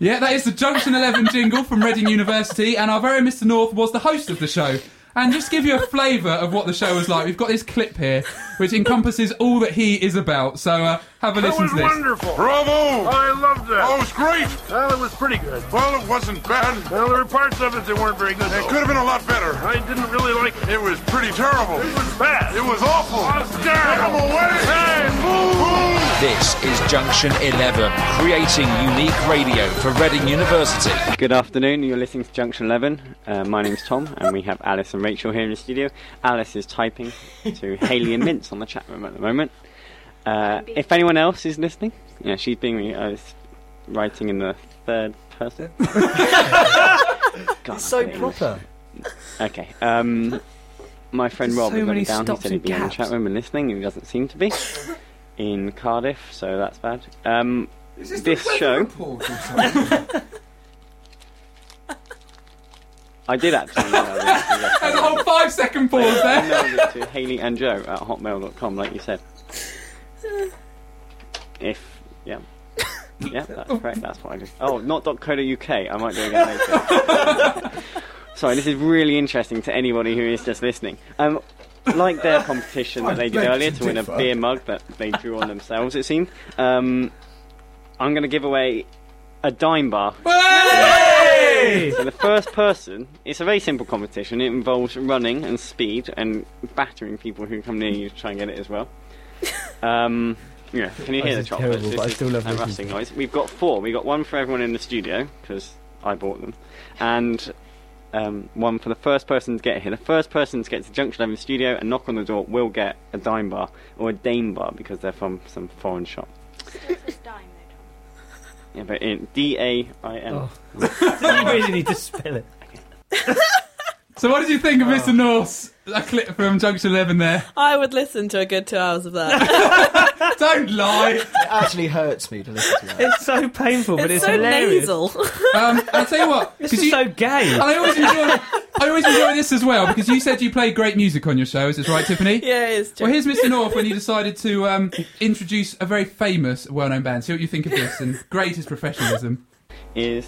Speaker 1: Yeah, that is the Junction 11 jingle from Reading University, and our very Mr. North was the host of the show. And just to give you a flavour of what the show was like, we've got this clip here, which encompasses all that he is about. So uh, have a
Speaker 8: That
Speaker 1: listen
Speaker 8: was
Speaker 1: to this.
Speaker 8: wonderful. Bravo! I loved that.
Speaker 9: Oh, it was great.
Speaker 8: Well, it was pretty good.
Speaker 9: Well, it wasn't bad.
Speaker 8: Well, there were parts of it that weren't very good.
Speaker 9: It could have been a lot better.
Speaker 8: I didn't really like it.
Speaker 9: It was pretty terrible.
Speaker 8: It was bad.
Speaker 9: It was awful.
Speaker 8: was
Speaker 9: Take 'em
Speaker 8: terrible.
Speaker 9: away.
Speaker 8: Hey,
Speaker 9: Boom.
Speaker 10: This is Junction 11, creating unique radio for Reading University.
Speaker 11: Good afternoon, you're listening to Junction 11. Uh, my name's Tom, and we have Alice and Rachel here in the studio. Alice is typing to Haley and Mince on the chat room at the moment. Uh, if anyone else is listening, yeah, she's being uh, s- writing in the third person. God,
Speaker 5: It's so
Speaker 11: I hate English.
Speaker 5: proper.
Speaker 11: Okay. Um, my friend
Speaker 2: There's
Speaker 11: Rob
Speaker 2: so
Speaker 11: is
Speaker 2: many
Speaker 11: running down. He
Speaker 2: stops
Speaker 11: said he'd
Speaker 2: and
Speaker 11: be in the
Speaker 2: gaps.
Speaker 11: chat room and listening, and he doesn't seem to be in Cardiff, so that's bad. Um,
Speaker 3: Is this,
Speaker 11: This
Speaker 3: the weather
Speaker 11: show-
Speaker 3: report or something?
Speaker 11: I did actually. know that.
Speaker 1: There's a whole Oh, five second pause there.
Speaker 11: emailed it to Haley and Joe at hotmail.com, like you said. If yeah, yeah, that's correct. That's what I did. Oh, not .co.uk. I might do it again later. Sorry, this is really interesting to anybody who is just listening. Um, like their competition that they did
Speaker 3: I beg
Speaker 11: earlier
Speaker 3: to
Speaker 11: to win a
Speaker 3: differ.
Speaker 11: beer mug that they drew on themselves, it seemed. Um, I'm going to give away a dime bar so the first person, it's a very simple competition. It involves running and speed and battering people who come near you to try and get it as well. Um, yeah, can you
Speaker 2: This
Speaker 11: hear the
Speaker 2: is
Speaker 11: chocolates?
Speaker 2: terrible,
Speaker 11: This
Speaker 2: but I
Speaker 11: is
Speaker 2: still love
Speaker 11: a
Speaker 2: listening
Speaker 11: rustling
Speaker 2: to it.
Speaker 11: noise. We've got four. We've got one for everyone in the studio because I bought them, and um, one for the first person to get here. The first person to get to Junction Eleven Studio and knock on the door will get a dime bar or a dame bar because they're from some foreign shop. Yeah, but in D A I N.
Speaker 2: Oh. you really need to spell it.
Speaker 1: So, what did you think of
Speaker 2: Oh.
Speaker 1: Mr. North's a clip from Junction 11 there?
Speaker 4: I would listen to a good two hours of that.
Speaker 1: Don't lie.
Speaker 5: It actually hurts me to listen to that.
Speaker 2: It's so painful, but
Speaker 4: it's,
Speaker 2: it's,
Speaker 4: so
Speaker 2: hilarious.
Speaker 4: nasal.
Speaker 1: Um, I'll tell you what.
Speaker 2: This
Speaker 1: 'cause
Speaker 2: is
Speaker 1: you,
Speaker 2: so gay.
Speaker 1: and I always enjoy. I always enjoy this as well because you said you play great music on your show. Is this right, Tiffany?
Speaker 4: yeah, it is.
Speaker 1: Well,
Speaker 4: True.
Speaker 1: here's Mr. North when he decided to um, introduce a very famous, well known band. See what you think of this and greatest professionalism.
Speaker 11: is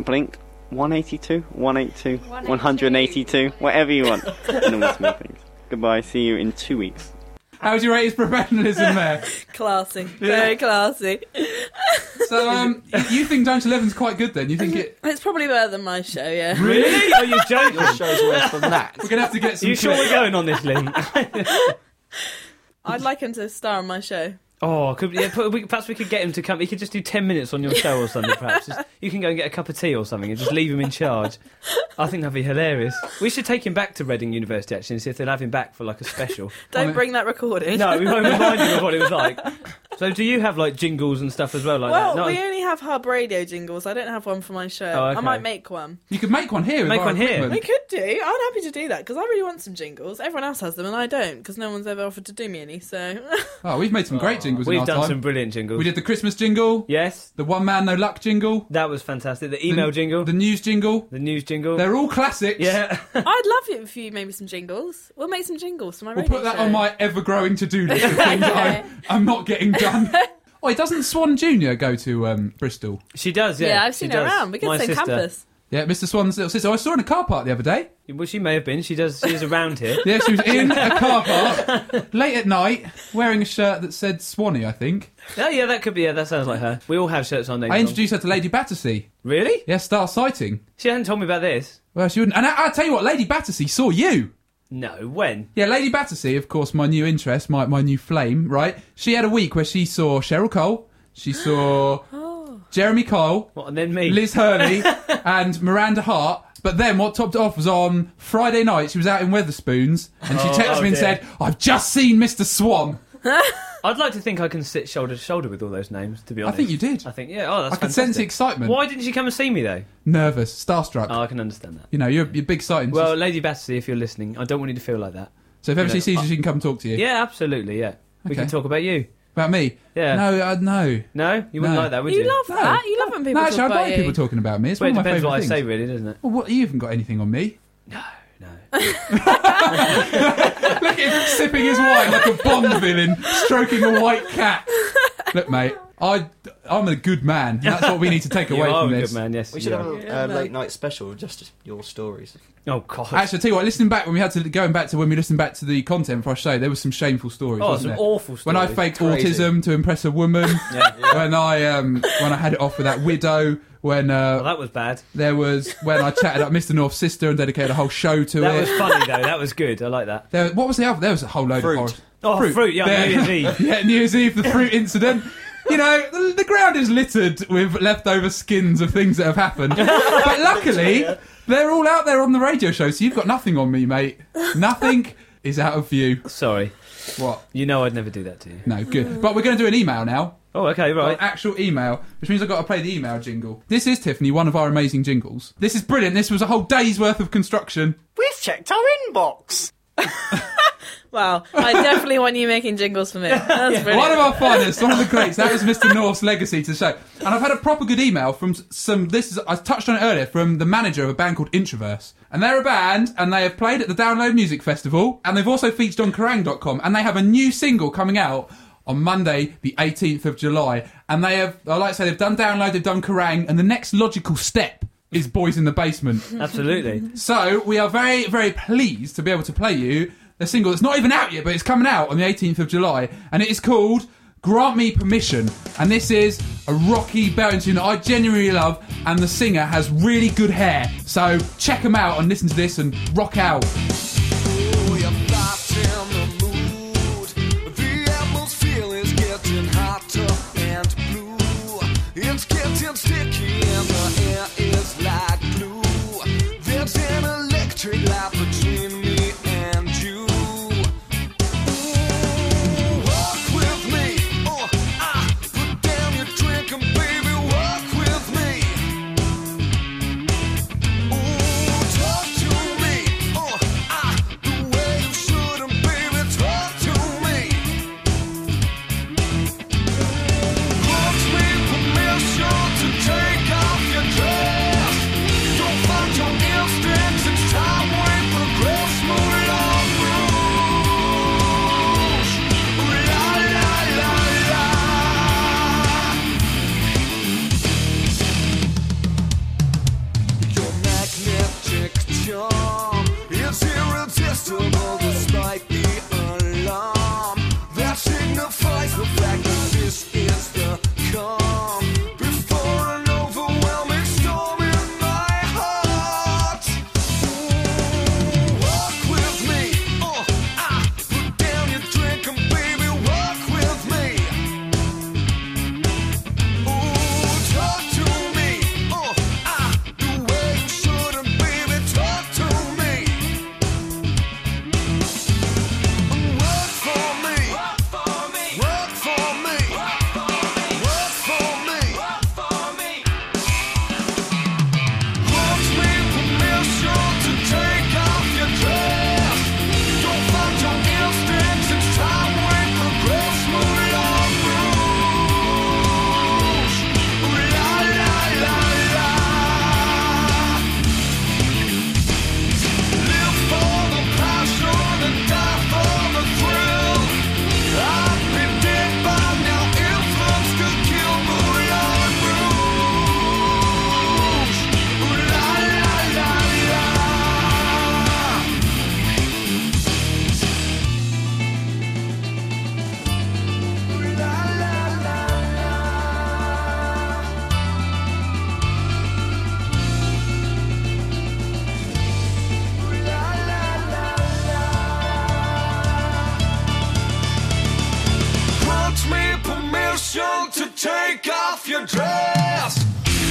Speaker 11: Blink 182, 182, 182, whatever you want. Normal small things. Goodbye, see you in two weeks.
Speaker 1: How's your greatest professionalism there?
Speaker 4: Classy. Very classy.
Speaker 1: So, um, y- you think Dungeon Eleven's quite good then? You think it.
Speaker 4: It's probably better than my show, yeah.
Speaker 2: Really? Are you joking?
Speaker 5: Your show's worse than that.
Speaker 1: We're going to have to get some.
Speaker 2: you sure
Speaker 1: clips.
Speaker 2: we're going on this, Lynn?
Speaker 4: I'd like him to star on my show.
Speaker 2: Oh, could, yeah, put- we- perhaps we could get him to come. He could just do 10 minutes on your show or something, perhaps. Just- you can go and get a cup of tea or something and just leave him in charge. I think that'd be hilarious. We should take him back to Reading University, actually, and see if they'll have him back for like a special.
Speaker 1: I
Speaker 4: Don't
Speaker 1: mean-
Speaker 4: bring that recording.
Speaker 2: No, we won't remind him of what it was like. So, do you have like jingles and stuff as well, like
Speaker 4: Well,
Speaker 2: that? No,
Speaker 4: we only have hub radio jingles. I don't have one for my show.
Speaker 2: Oh, okay.
Speaker 4: I might make one.
Speaker 1: You could make one here. with
Speaker 2: Make
Speaker 1: our
Speaker 2: one here.
Speaker 1: equipment.
Speaker 4: We could do. I'm happy to do that because I really want some jingles. Everyone else has them and I don't because no one's ever offered to do me any. So
Speaker 1: Oh, we've made some great jingles in
Speaker 2: we've
Speaker 1: our
Speaker 2: done
Speaker 1: time.
Speaker 2: some brilliant jingles.
Speaker 1: We did the Christmas jingle,
Speaker 2: Yes,
Speaker 1: the One Man No Luck jingle,
Speaker 2: that was fantastic. The email
Speaker 1: the,
Speaker 2: jingle,
Speaker 1: the
Speaker 2: the,
Speaker 1: news jingle.
Speaker 2: news jingle.
Speaker 1: They're all classics.
Speaker 2: Yeah,
Speaker 4: I'd love it if you made me some jingles. We'll make some jingles for my
Speaker 1: We'll
Speaker 4: radio
Speaker 1: put that
Speaker 4: show.
Speaker 1: on my ever growing to do list of things that I'm, I'm not getting done. Oh, it doesn't Swan Jr. go to um, Bristol?
Speaker 2: she does. Yeah,
Speaker 4: Yeah, I've seen
Speaker 2: she
Speaker 4: her
Speaker 2: does.
Speaker 4: around.
Speaker 2: My
Speaker 4: We get the same
Speaker 2: sister.
Speaker 4: campus.
Speaker 1: Yeah, Mr. Swan's little sister. Oh, I saw her in a car park the other day.
Speaker 2: Well, she may have been. She does. She's around here.
Speaker 1: Yeah, she was in a car park late at night wearing a shirt that said Swanee, I think.
Speaker 2: Oh, yeah, that could be. Yeah, that sounds like her. We all have shirts on. names
Speaker 1: I
Speaker 2: on.
Speaker 1: introduced her to Lady Battersea.
Speaker 2: Really?
Speaker 1: Yeah, star sighting.
Speaker 2: She hasn't told me about this.
Speaker 1: Well, she wouldn't. And I, I tell you what, Lady Battersea saw you.
Speaker 2: No, when?
Speaker 1: Yeah, Lady Battersea, of course, my new interest, my, my new flame, right? She had a week where she saw Cheryl Cole, she saw Jeremy Kyle,
Speaker 2: and then me,
Speaker 1: Liz Hurley, and Miranda Hart. But then what topped it off was on Friday night, she was out in Weatherspoons, and she
Speaker 2: Oh,
Speaker 1: texted
Speaker 2: oh
Speaker 1: me and
Speaker 2: dear.
Speaker 1: said, I've just seen Mr. Swan.
Speaker 2: I'd like to think I can sit shoulder to shoulder with all those names. To be honest,
Speaker 1: think you did.
Speaker 2: I think yeah. Oh, that's
Speaker 1: I could sense the excitement.
Speaker 2: Why didn't you come and see me though?
Speaker 1: Nervous, starstruck.
Speaker 2: Oh, I can understand that.
Speaker 1: You know, you're, you're big sighting.
Speaker 2: Well, Lady Battersea, if you're listening, I don't want you to feel like that.
Speaker 1: so if ever
Speaker 2: you
Speaker 1: she
Speaker 2: know,
Speaker 1: sees
Speaker 2: I-
Speaker 1: you, she can come talk to you.
Speaker 2: Yeah, absolutely. Yeah, we
Speaker 1: Okay.
Speaker 2: can talk about you.
Speaker 1: About me?
Speaker 2: Yeah.
Speaker 1: No, uh, no.
Speaker 2: No, you wouldn't
Speaker 1: No.
Speaker 2: like that, would you?
Speaker 4: You love that. You love when people
Speaker 1: no,
Speaker 4: talk
Speaker 1: actually, I
Speaker 4: about
Speaker 1: like
Speaker 4: you.
Speaker 1: people talking about me. It's
Speaker 2: Well, it
Speaker 1: one of my
Speaker 2: depends
Speaker 1: favourite
Speaker 2: what I
Speaker 1: things.
Speaker 2: say, really, doesn't it?
Speaker 1: Well, what, you haven't got anything on me. No, no. Look at him sipping his wine like a Bond villain, stroking a white cat. Look, mate, I, I'm a good man. and That's what we need to take
Speaker 2: You
Speaker 1: away
Speaker 2: are
Speaker 1: from
Speaker 2: a good
Speaker 1: this.
Speaker 2: man, yes,
Speaker 5: We should
Speaker 2: you
Speaker 5: have
Speaker 2: are.
Speaker 5: a
Speaker 2: Yeah,
Speaker 5: uh,
Speaker 2: no.
Speaker 5: late night special, just your stories.
Speaker 2: Oh God!
Speaker 1: Actually, I tell you what. Listening back when we had to going back to when we listened back to the content for our show, there was some shameful stories.
Speaker 2: Oh,
Speaker 1: wasn't
Speaker 2: some
Speaker 1: there?
Speaker 2: awful
Speaker 1: When I
Speaker 2: stories.
Speaker 1: faked
Speaker 2: Crazy.
Speaker 1: autism to impress a woman.
Speaker 2: Yeah.
Speaker 1: When I um when I had it off with that widow. When uh,
Speaker 2: Well, that was bad.
Speaker 1: there was when I chatted up Mr North's sister and dedicated a whole show to
Speaker 2: That
Speaker 1: it.
Speaker 2: was funny though. That was good. I like that.
Speaker 1: There, what was the other? There was a whole load
Speaker 2: Fruit.
Speaker 1: of horror.
Speaker 2: Oh, fruit, yeah,
Speaker 1: There-
Speaker 2: New Year's Eve.
Speaker 1: yeah, New Year's Eve, the fruit incident. You know, the, the ground is littered with leftover skins of things that have happened. but luckily, they're all out there on the radio show, so you've got nothing on me, mate. Nothing is out of view.
Speaker 2: Sorry.
Speaker 1: What?
Speaker 2: You know I'd never do that to you.
Speaker 1: No, good. But we're going to do an email now.
Speaker 2: Oh, okay, right.
Speaker 1: An actual email, which means I've got to play the email jingle. This is Tiffany, one of our amazing jingles. This is brilliant. This was a whole day's worth of construction.
Speaker 12: We've checked our inbox.
Speaker 4: Wow, I definitely want you making jingles for me. That's brilliant.
Speaker 1: One of our finest, one of the greats. That was Mr. North's legacy to the show. And I've had a proper good email from s- some. This is I touched on it earlier from the manager of a band called Introverse, and they're a band, and they have played at the Download Music Festival, and they've also featured on Kerrang.com, and they have a new single coming out on Monday, the 18th of July, and they have. I like to say they've done Download, they've done Kerrang, and the next logical step is Boys in the Basement.
Speaker 2: Absolutely.
Speaker 1: So we are very, very pleased to be able to play you a single that's not even out yet, but it's coming out on the 18th of July, and it is called "Grant Me Permission." And this is a rocky belting tune that I genuinely love, and the singer has really good hair. So check them out and listen to this and rock out.
Speaker 13: We are not Oh, in the mood. The atmosphere is getting hotter and blue. It's getting sticky and the air is like glue. There's an electric light between me and you. Ooh, walk with me. Oh, ah, put down your drink and baby, walk with me. Ooh, talk to me. Oh, ah. Take Oh,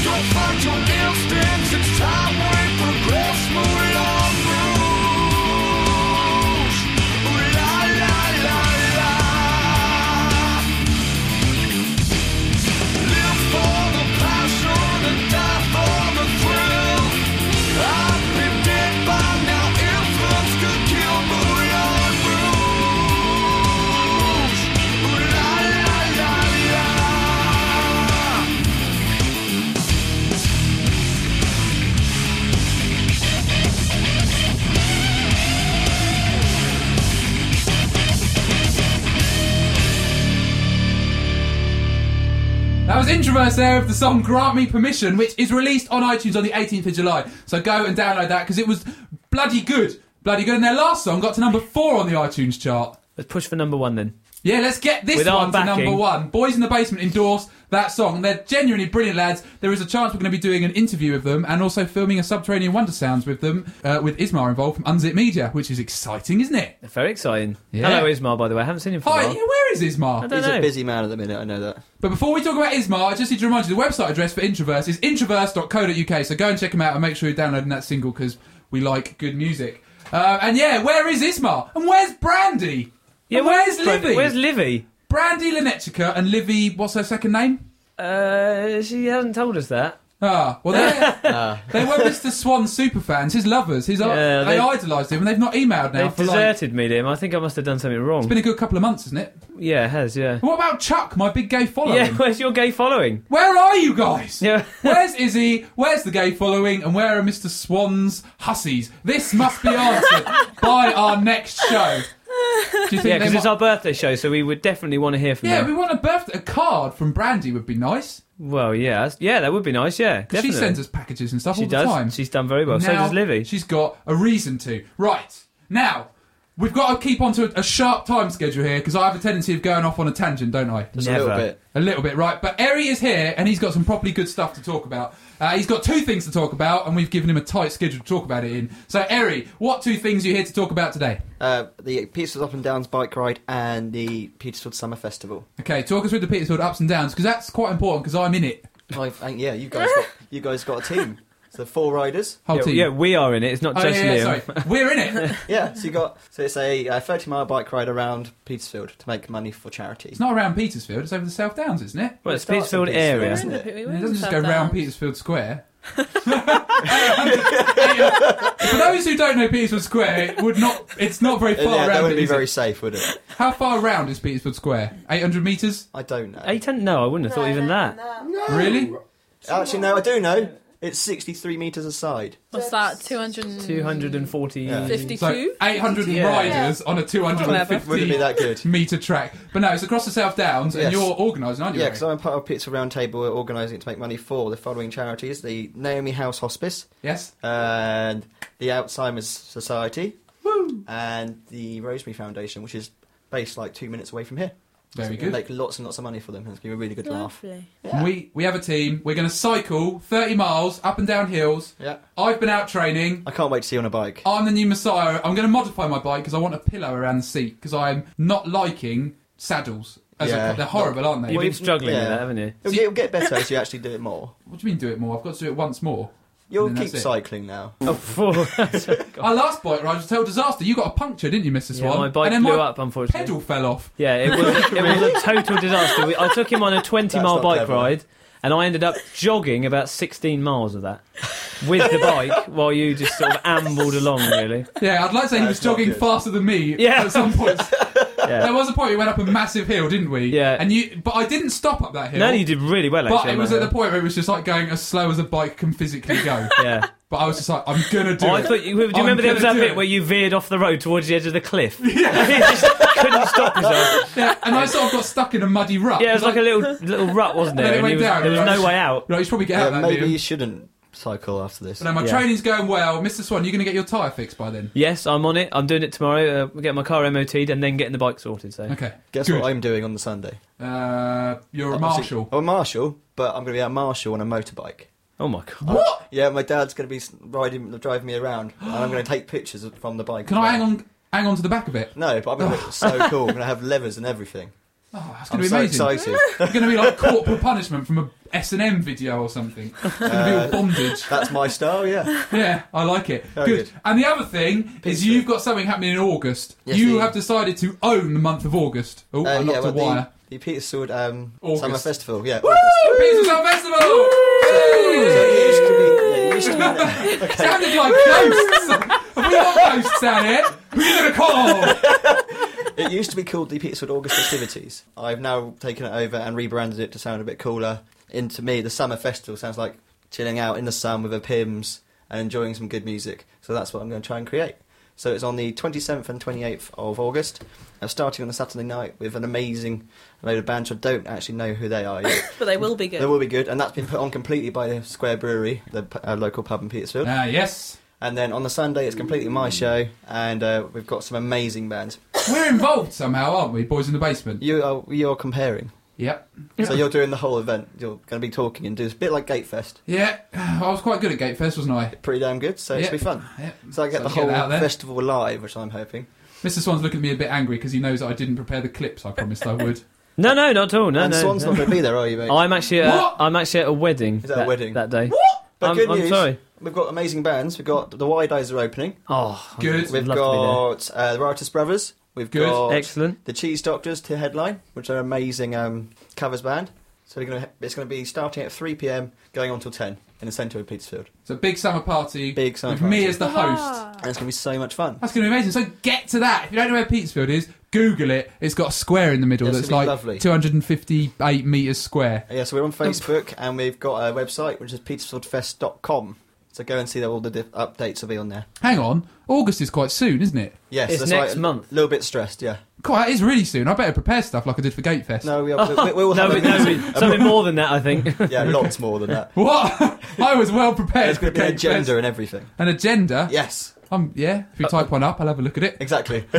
Speaker 13: Don't fight your instincts. It's time we progress. We are fools. Ooh, la la la la. Live for the passion and die for the thrill. I'd be dead by now if looks could kill. But we are fools. Ooh, la la la la.
Speaker 1: That was Introverts there of the song Grant Me Permission, which is released on iTunes on the 18th of July. So go and download that because it was bloody good. Bloody good. And their last song got to number four on the iTunes chart.
Speaker 2: Let's push for number one then.
Speaker 1: Yeah, let's get this
Speaker 2: With our
Speaker 1: one to
Speaker 2: backing.
Speaker 1: number one. Boys in the Basement endorse that song. They're genuinely brilliant lads. There is a chance we're going to be doing an interview with them and also filming a Subterranean Wonder Sounds with them, uh, with Ismar involved from Unzip Media, which is exciting, isn't it?
Speaker 2: Very exciting.
Speaker 1: Yeah.
Speaker 2: Hello, Ismail, by the way. I haven't seen him for
Speaker 1: Hi,
Speaker 2: a
Speaker 1: yeah,
Speaker 2: while.
Speaker 1: where is Ismar?
Speaker 2: I don't He's a know. busy
Speaker 1: man at the minute, I know that. But before we talk about Ismar, I just need to remind you the website address for Introverse is introverse.co.uk, so go and check them out and make sure you're downloading that single because we like good music. Uh, and yeah, where is Ismar? And where's Brandy?
Speaker 2: Yeah,
Speaker 1: And
Speaker 2: where's
Speaker 1: where's
Speaker 2: Bran-
Speaker 1: Livy?
Speaker 2: where's Livy?
Speaker 1: Brandy Linetica and Livy, what's her second name?
Speaker 2: Uh, she hasn't told us that.
Speaker 1: Ah, well, they, they were Mr. Swan superfans, his lovers. His,
Speaker 2: Ah. Yeah,
Speaker 1: they,
Speaker 2: they-
Speaker 1: idolised him and they've not emailed now
Speaker 2: They've
Speaker 1: for like.
Speaker 2: deserted me, Liam. I think I must have done something wrong.
Speaker 1: It's been a good couple of months, isn't it?
Speaker 2: Yeah, it has, yeah.
Speaker 1: What about Chuck, my big gay following?
Speaker 2: Yeah, where's your gay following?
Speaker 1: Where are you guys?
Speaker 2: Yeah.
Speaker 1: Where's Izzy? Where's the gay following? And where are Mr. Swan's hussies? This must be answered by our next show. Do you think
Speaker 2: yeah,
Speaker 1: they
Speaker 2: because it's
Speaker 1: might-
Speaker 2: our birthday show, so we would definitely want to hear from
Speaker 1: Yeah,
Speaker 2: her.
Speaker 1: we want a birthday a card from Brandy would be nice.
Speaker 2: Well, yeah, that's- yeah, that would be nice. Yeah,
Speaker 1: 'Cause
Speaker 2: definitely.
Speaker 1: She sends us packages and stuff
Speaker 2: She
Speaker 1: all
Speaker 2: does.
Speaker 1: the time.
Speaker 2: She's done very well. So
Speaker 1: Now
Speaker 2: does Livy.
Speaker 1: She's got a reason to. Right. Now, we've got to keep on to a, a sharp time schedule here because I have a tendency of going off on a tangent, don't I?
Speaker 2: Just a little Never. bit.
Speaker 1: A little bit, right. But Eri is here and he's got some properly good stuff to talk about. Uh, he's got two things to talk about and we've given him a tight schedule to talk about it in. So, Eri, what two things are you here to talk about today?
Speaker 5: Uh, the Petersfield Up and Downs bike ride and the Petersfield Summer Festival.
Speaker 1: Okay, talk us through the Petersfield ups and downs because that's quite important because I'm in it.
Speaker 5: Oh, I think, yeah, you guys, got, you guys got a team. So four riders.
Speaker 2: yeah, yeah, we are in it. It's not
Speaker 5: Oh,
Speaker 2: just
Speaker 5: yeah, yeah,
Speaker 2: Liam.
Speaker 1: We're in it.
Speaker 5: yeah, so you got so it's a uh, thirty mile bike ride around Petersfield to make money for charity.
Speaker 1: It's not around Petersfield, it's over the South Downs, isn't it?
Speaker 5: Well, it's It starts in Petersfield Petersfield, area. isn't
Speaker 1: it?
Speaker 5: it?
Speaker 1: It doesn't just go round
Speaker 5: South Downs.
Speaker 1: Petersfield Square. For those who don't know Petersfield Square, it would not. It's not very
Speaker 5: Oh, Yeah,
Speaker 1: far
Speaker 5: that
Speaker 1: round.
Speaker 5: wouldn't be
Speaker 1: is it?
Speaker 5: very safe, would it?
Speaker 1: How far round is Petersfield Square? 800 metres?
Speaker 5: I don't know.
Speaker 2: Eight hundred? No, I wouldn't have thought even that.
Speaker 1: Really?
Speaker 5: Actually, no, I do know. It's sixty-three meters a side.
Speaker 4: What's that? 200...
Speaker 2: 240.
Speaker 5: Yeah.
Speaker 4: 52?
Speaker 1: So 800
Speaker 5: Yeah.
Speaker 1: riders
Speaker 4: Yeah.
Speaker 1: on a 250
Speaker 5: Whatever. Wouldn't be that good.
Speaker 1: metre track. But no, it's across the South Downs,
Speaker 5: Yes.
Speaker 1: and you're organising, aren't you?
Speaker 5: Yeah,
Speaker 1: Ray?
Speaker 5: because I'm part of Pizza Roundtable. We're organising to make money for the following charities: the Naomi House Hospice,
Speaker 1: Yes.
Speaker 5: and the Alzheimer's Society, and the Rosemary Foundation, which is based like two minutes away from here.
Speaker 1: Very
Speaker 5: so we
Speaker 1: good.
Speaker 5: Can make lots and lots of money for them. It's gonna be a really good laugh.
Speaker 1: We we have a team. We're going to cycle 30 miles up and down hills.
Speaker 5: Yeah.
Speaker 1: I've been out training.
Speaker 5: I can't wait to see you on a bike.
Speaker 1: I'm the new Messiah. I'm going to modify my bike because I want a pillow around the seat because I'm not liking saddles. As a-
Speaker 5: Yeah.
Speaker 1: they're horrible, aren't they?
Speaker 2: You've been struggling with
Speaker 5: yeah.
Speaker 2: that, haven't you?
Speaker 5: It'll, get, it'll get better as you actually do it more.
Speaker 1: What do you mean do it more? I've got to do it once more.
Speaker 5: You'll
Speaker 1: And then
Speaker 5: keep
Speaker 1: that's it.
Speaker 5: cycling now.
Speaker 1: Our last bike ride was a total disaster. You got a puncture, didn't you, Mr. Swan?
Speaker 2: Yeah, my bike
Speaker 1: and then
Speaker 2: blew
Speaker 1: my
Speaker 2: up, unfortunately.
Speaker 1: pedal fell off.
Speaker 2: Yeah, it was, it was a total disaster. We, I took him on a 20 mile
Speaker 1: not
Speaker 2: bike
Speaker 1: clever.
Speaker 2: ride, and I ended up jogging about 16 miles of that with the bike while you just sort of ambled along, really.
Speaker 1: Yeah, I'd like to say he was
Speaker 2: That's not
Speaker 1: jogging
Speaker 2: good.
Speaker 1: faster than me
Speaker 2: Yeah.
Speaker 1: at some point.
Speaker 2: Yeah.
Speaker 1: There was a point we went up a massive hill, didn't we? Yeah. And you, but I didn't stop up that hill.
Speaker 2: No, you did really well,
Speaker 1: But
Speaker 2: actually.
Speaker 1: it
Speaker 2: on
Speaker 1: was
Speaker 2: that
Speaker 1: at the
Speaker 2: hill.
Speaker 1: point where it was just like going as slow as a bike can physically go.
Speaker 2: Yeah.
Speaker 1: But I was just like, I'm gonna do
Speaker 2: Oh, I
Speaker 1: it.
Speaker 2: thought you, do you
Speaker 1: I'm
Speaker 2: remember there was
Speaker 1: gonna
Speaker 2: that
Speaker 1: do
Speaker 2: bit
Speaker 1: it.
Speaker 2: where you veered off the road towards the edge of the cliff? You just couldn't stop yourself.
Speaker 1: Yeah, and I sort of got stuck in a muddy rut.
Speaker 2: Yeah, it was like a little little rut, wasn't
Speaker 1: And
Speaker 2: it?
Speaker 1: then it
Speaker 2: And
Speaker 1: went
Speaker 2: you was-
Speaker 1: down,
Speaker 2: there was
Speaker 1: right?
Speaker 2: no way out.
Speaker 1: No, you should probably get out
Speaker 5: Yeah,
Speaker 1: of that.
Speaker 5: Uh, maybe
Speaker 1: Liam.
Speaker 5: you shouldn't cycle after this.
Speaker 1: But no, my
Speaker 2: Yeah.
Speaker 1: training's going well. Mr. Swan, you're going to get your tyre fixed by then.
Speaker 2: Yes, I'm on it. I'm doing it tomorrow. Uh, getting my car MOT'd and then getting the bike sorted. So
Speaker 1: Okay.
Speaker 5: Guess
Speaker 1: Good.
Speaker 5: what I'm doing on the Sunday?
Speaker 1: Uh, you're a
Speaker 5: Obviously-
Speaker 1: marshal.
Speaker 5: I'm a marshal, but I'm going to be a marshal on a motorbike.
Speaker 2: Oh my god!
Speaker 1: What?
Speaker 5: Yeah, my dad's going to be s- riding, driving me around, and I'm going to take pictures of- from the bike.
Speaker 1: Can I hang on, hang on to the back of it?
Speaker 5: No, but I'm going to look so cool. I'm going to have levers and everything.
Speaker 1: Oh, that's
Speaker 5: I'm
Speaker 1: going to be
Speaker 5: so
Speaker 1: amazing.
Speaker 5: excited.
Speaker 1: It's going to be like corporal punishment from a S and M video or something. It's going to be all
Speaker 5: Uh,
Speaker 1: bondage.
Speaker 5: That's my style, yeah.
Speaker 1: Yeah, I like it.
Speaker 5: Very
Speaker 1: good.
Speaker 5: good.
Speaker 1: And the other thing is you've got something happening in August.
Speaker 5: Yes,
Speaker 1: you
Speaker 5: the-
Speaker 1: have decided to own the month of August. Oh, I
Speaker 5: Uh,
Speaker 1: knocked
Speaker 5: yeah,
Speaker 1: a
Speaker 5: well, the-
Speaker 1: wire.
Speaker 5: The, Peter Seward um,
Speaker 1: August.
Speaker 5: Summer Festival, yeah.
Speaker 1: Pizza Town Festival! Sounded like ghosts. Have we got ghosts out here? We need a call.
Speaker 5: It used to be called the Peterswood August Festivities. I've now taken it over and rebranded it to sound a bit cooler. And to me, the Summer Festival sounds like chilling out in the sun with the Pims and enjoying some good music. So that's what I'm going to try and create. So it's on the 27th and 28th of August. I'm starting on a Saturday night with an amazing load of bands. I don't actually know who they are yet.
Speaker 4: But they will be good.
Speaker 5: They will be good, and that's been put on completely by the Square Brewery, the p- uh, local pub in Petersfield.
Speaker 1: Ah, yes.
Speaker 5: And then on the Sunday, it's completely my show, and uh, we've got some amazing bands.
Speaker 1: We're involved somehow, aren't we? Boys in the basement.
Speaker 5: You are you're comparing.
Speaker 1: Yep.
Speaker 5: So you're doing the whole event. You're going to be talking and do it's a bit like Gatefest.
Speaker 1: Yeah, I was quite good at Gatefest, wasn't I?
Speaker 5: Pretty damn good. So it's
Speaker 1: Yeah.
Speaker 5: be fun.
Speaker 1: Yeah.
Speaker 5: So I get
Speaker 1: So
Speaker 5: the
Speaker 1: get
Speaker 5: whole
Speaker 1: it out there.
Speaker 5: festival live, which I'm hoping.
Speaker 1: Mr. Swan's looking at me a bit angry because he knows that I didn't prepare the clips I promised I would.
Speaker 2: No, no, not at all. No,
Speaker 5: and
Speaker 2: no.
Speaker 5: Swan's
Speaker 2: no.
Speaker 5: not going to be there, are you, mate?
Speaker 2: I'm actually at,
Speaker 5: What?
Speaker 2: I'm actually at a wedding.
Speaker 5: Is that a wedding?
Speaker 2: that day?
Speaker 5: But
Speaker 2: I'm,
Speaker 5: good
Speaker 2: I'm
Speaker 5: news.
Speaker 2: sorry.
Speaker 5: We've got amazing bands. We've got the Wide Eyes are opening.
Speaker 2: Oh,
Speaker 1: Good.
Speaker 5: We've
Speaker 2: Love to
Speaker 5: got uh, the Riotous Brothers. We've
Speaker 2: Good.
Speaker 5: got
Speaker 2: Excellent.
Speaker 5: The Cheese Doctors to headline, which are amazing um, covers band. So we're gonna, it's going to be starting at 3 p.m. going on till 10 in the centre of Petersfield.
Speaker 1: So big summer party.
Speaker 5: Big summer
Speaker 1: with
Speaker 5: party.
Speaker 1: me as the host.
Speaker 5: And it's going to be so much fun.
Speaker 1: That's going to be amazing. So get to that. If you don't know where Petersfield is, Google it. It's got a square in the middle
Speaker 5: That's
Speaker 1: that's
Speaker 5: gonna
Speaker 1: like
Speaker 5: be lovely.
Speaker 1: 258 metres square.
Speaker 5: Uh, Yeah, so we're on Facebook and we've got a website which is petersfieldfest.com. So go and see that all the diff- updates will be on there.
Speaker 1: Hang on, August is quite soon, isn't it?
Speaker 5: Yes,
Speaker 2: It's
Speaker 5: that's
Speaker 2: next
Speaker 5: right.
Speaker 2: month.
Speaker 5: A little bit stressed, yeah.
Speaker 1: God, that is really soon. I better prepare stuff like I did for Gatefest.
Speaker 5: No, we, are, we, we will
Speaker 2: no,
Speaker 5: have a
Speaker 2: but- no,
Speaker 5: meeting.
Speaker 2: but something more than that, I think.
Speaker 5: Yeah, lots more than that.
Speaker 1: What? I was well prepared.
Speaker 5: There's going to
Speaker 1: for
Speaker 5: be an
Speaker 1: Gatefest.
Speaker 5: agenda Uh, and everything.
Speaker 1: An agenda?
Speaker 5: Yes,
Speaker 1: Um, yeah, if you type one up, I'll have a look at it.
Speaker 5: exactly.
Speaker 1: I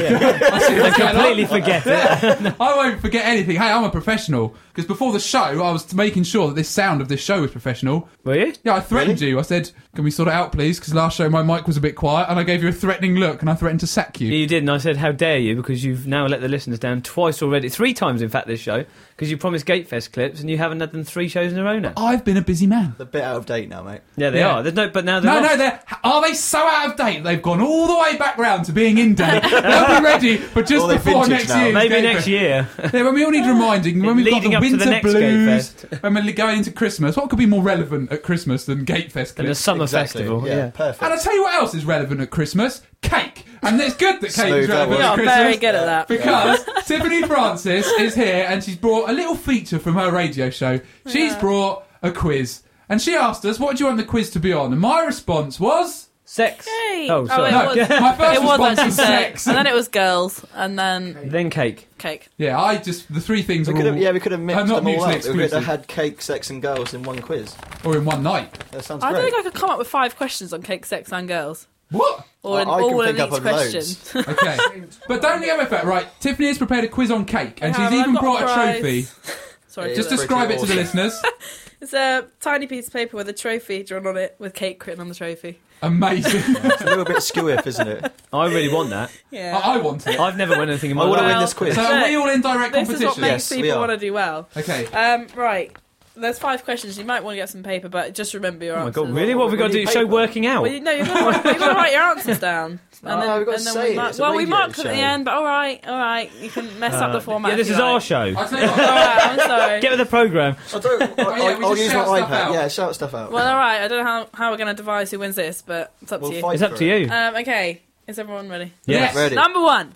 Speaker 1: see what's going on.
Speaker 2: Completely forget it.
Speaker 1: Yeah. I won't forget anything. Hey, I'm a professional. Because before the show, I was making sure that this sound of this show was professional.
Speaker 2: Were you?
Speaker 1: Yeah, I threatened you. I said, "Can we sort it out, please?" Because last show my mic was a bit quiet, and I gave you a threatening look, and I threatened to sack you.
Speaker 2: You did, and I said, "How dare you?" Because you've now let the listeners down twice already, three times in fact this show, because you promised Gatefest clips and you haven't had them three shows in a row now.
Speaker 1: I've been a busy man.
Speaker 5: They're a bit out of date now, mate.
Speaker 2: Yeah, they
Speaker 1: Yeah.
Speaker 2: are. There's no, but now they're
Speaker 1: No,
Speaker 2: not.
Speaker 1: no, they're are they so out of date? They've gone all the way back round to being in date. They'll be ready, but just
Speaker 5: Well, they're
Speaker 1: before
Speaker 5: vintage
Speaker 1: next
Speaker 5: now.
Speaker 1: year.
Speaker 2: Maybe next year.
Speaker 1: Yeah, when we all need reminding, when we've
Speaker 2: Leading
Speaker 1: got
Speaker 2: up
Speaker 1: the
Speaker 2: to the
Speaker 1: winter
Speaker 2: next
Speaker 1: blues,
Speaker 2: Gatefest.
Speaker 1: when we're going into Christmas, what could be more relevant at Christmas than Gatefest?
Speaker 2: And a
Speaker 1: clips?
Speaker 2: summer
Speaker 5: Exactly.
Speaker 2: festival.
Speaker 5: Yeah,
Speaker 2: Yeah.
Speaker 5: perfect.
Speaker 1: And I tell you what else is relevant at Christmas: cake. And it's good that cake is
Speaker 5: Smooth, that
Speaker 1: relevant at
Speaker 4: You are
Speaker 2: Oh,
Speaker 1: Christmas.
Speaker 4: very good at that.
Speaker 1: Because Tiffany Francis is here and she's brought a little feature from her radio show. She's brought a quiz. And she asked us, what do you want the quiz to be on? And my response was.
Speaker 2: Sex.
Speaker 4: Yay.
Speaker 2: Oh, sorry.
Speaker 4: it
Speaker 1: No,
Speaker 4: was,
Speaker 1: my first
Speaker 4: it was
Speaker 1: response
Speaker 4: actually
Speaker 1: was sex.
Speaker 4: sex. And then it was girls. And then
Speaker 2: Then cake.
Speaker 4: cake.
Speaker 1: Yeah, I just. The three things
Speaker 5: We
Speaker 1: were
Speaker 5: could have,
Speaker 1: all.
Speaker 5: yeah, we could have
Speaker 1: I'm
Speaker 5: mixed
Speaker 1: not
Speaker 5: them all
Speaker 1: mutually
Speaker 5: up. We could
Speaker 1: exclusive.
Speaker 5: have had cake, sex, and girls in one quiz.
Speaker 1: Or in one night.
Speaker 5: That sounds
Speaker 4: I
Speaker 5: great.
Speaker 4: don't think I could come up with five questions on cake, sex, and girls.
Speaker 1: What?
Speaker 4: Or in,
Speaker 5: I- I can
Speaker 4: all in
Speaker 5: think up
Speaker 4: each
Speaker 5: on
Speaker 4: question.
Speaker 5: loads.
Speaker 1: Okay. but don't get me back. Right, Tiffany has prepared a quiz on cake and
Speaker 4: Yeah,
Speaker 1: she've
Speaker 4: I've
Speaker 1: even
Speaker 4: got
Speaker 1: brought a
Speaker 4: prize.
Speaker 1: trophy.
Speaker 4: Sorry.
Speaker 5: Yeah,
Speaker 4: for
Speaker 1: Just
Speaker 4: that.
Speaker 5: that's
Speaker 1: describe
Speaker 5: pretty
Speaker 1: it to the
Speaker 5: awesome.
Speaker 1: listeners.
Speaker 4: It's a tiny piece of paper with a trophy drawn on it with cake written on the trophy.
Speaker 1: Amazing.
Speaker 5: It's a little bit skewiff, isn't it?
Speaker 2: I really want that.
Speaker 4: Yeah.
Speaker 1: I-, I want it.
Speaker 2: I've never won anything in my
Speaker 5: I want to
Speaker 2: life.
Speaker 5: win this quiz.
Speaker 1: So are we all in direct
Speaker 4: this is
Speaker 1: competition?
Speaker 4: what makes
Speaker 5: Yes, we
Speaker 4: people
Speaker 5: are.
Speaker 4: want to do well.
Speaker 1: Okay.
Speaker 4: Um, right. There's five questions. You might want to get some paper, but just remember your
Speaker 2: Oh my
Speaker 4: answers.
Speaker 2: god, really? What have we got to do? Show working out?
Speaker 4: Well, you, no, you've got, to, you've got to write your answers down. And
Speaker 5: No, we've got to say it.
Speaker 4: we mark,
Speaker 5: It's a
Speaker 4: well, we
Speaker 5: radio
Speaker 4: mark at the
Speaker 5: show. Uh,
Speaker 4: end, but all right, all right. You can mess up the format.
Speaker 2: yeah, this
Speaker 4: if you
Speaker 2: is our
Speaker 4: like.
Speaker 2: show.
Speaker 1: I tell you what,
Speaker 4: All right, I'm sorry.
Speaker 2: Get with the program.
Speaker 5: I don't. I,
Speaker 1: yeah, we
Speaker 5: will
Speaker 1: just
Speaker 5: use my
Speaker 1: shout stuff
Speaker 5: iPad.
Speaker 1: out.
Speaker 5: Yeah, shout stuff out.
Speaker 4: well, all right. I don't know how, how we're going to devise who wins this, but it's up
Speaker 5: We'll
Speaker 4: to you.
Speaker 5: fight
Speaker 2: It's up
Speaker 5: for
Speaker 2: to
Speaker 5: it.
Speaker 2: you.
Speaker 4: Um, okay, is everyone ready?
Speaker 1: Yes.
Speaker 5: Ready. Hmm.
Speaker 4: Number one.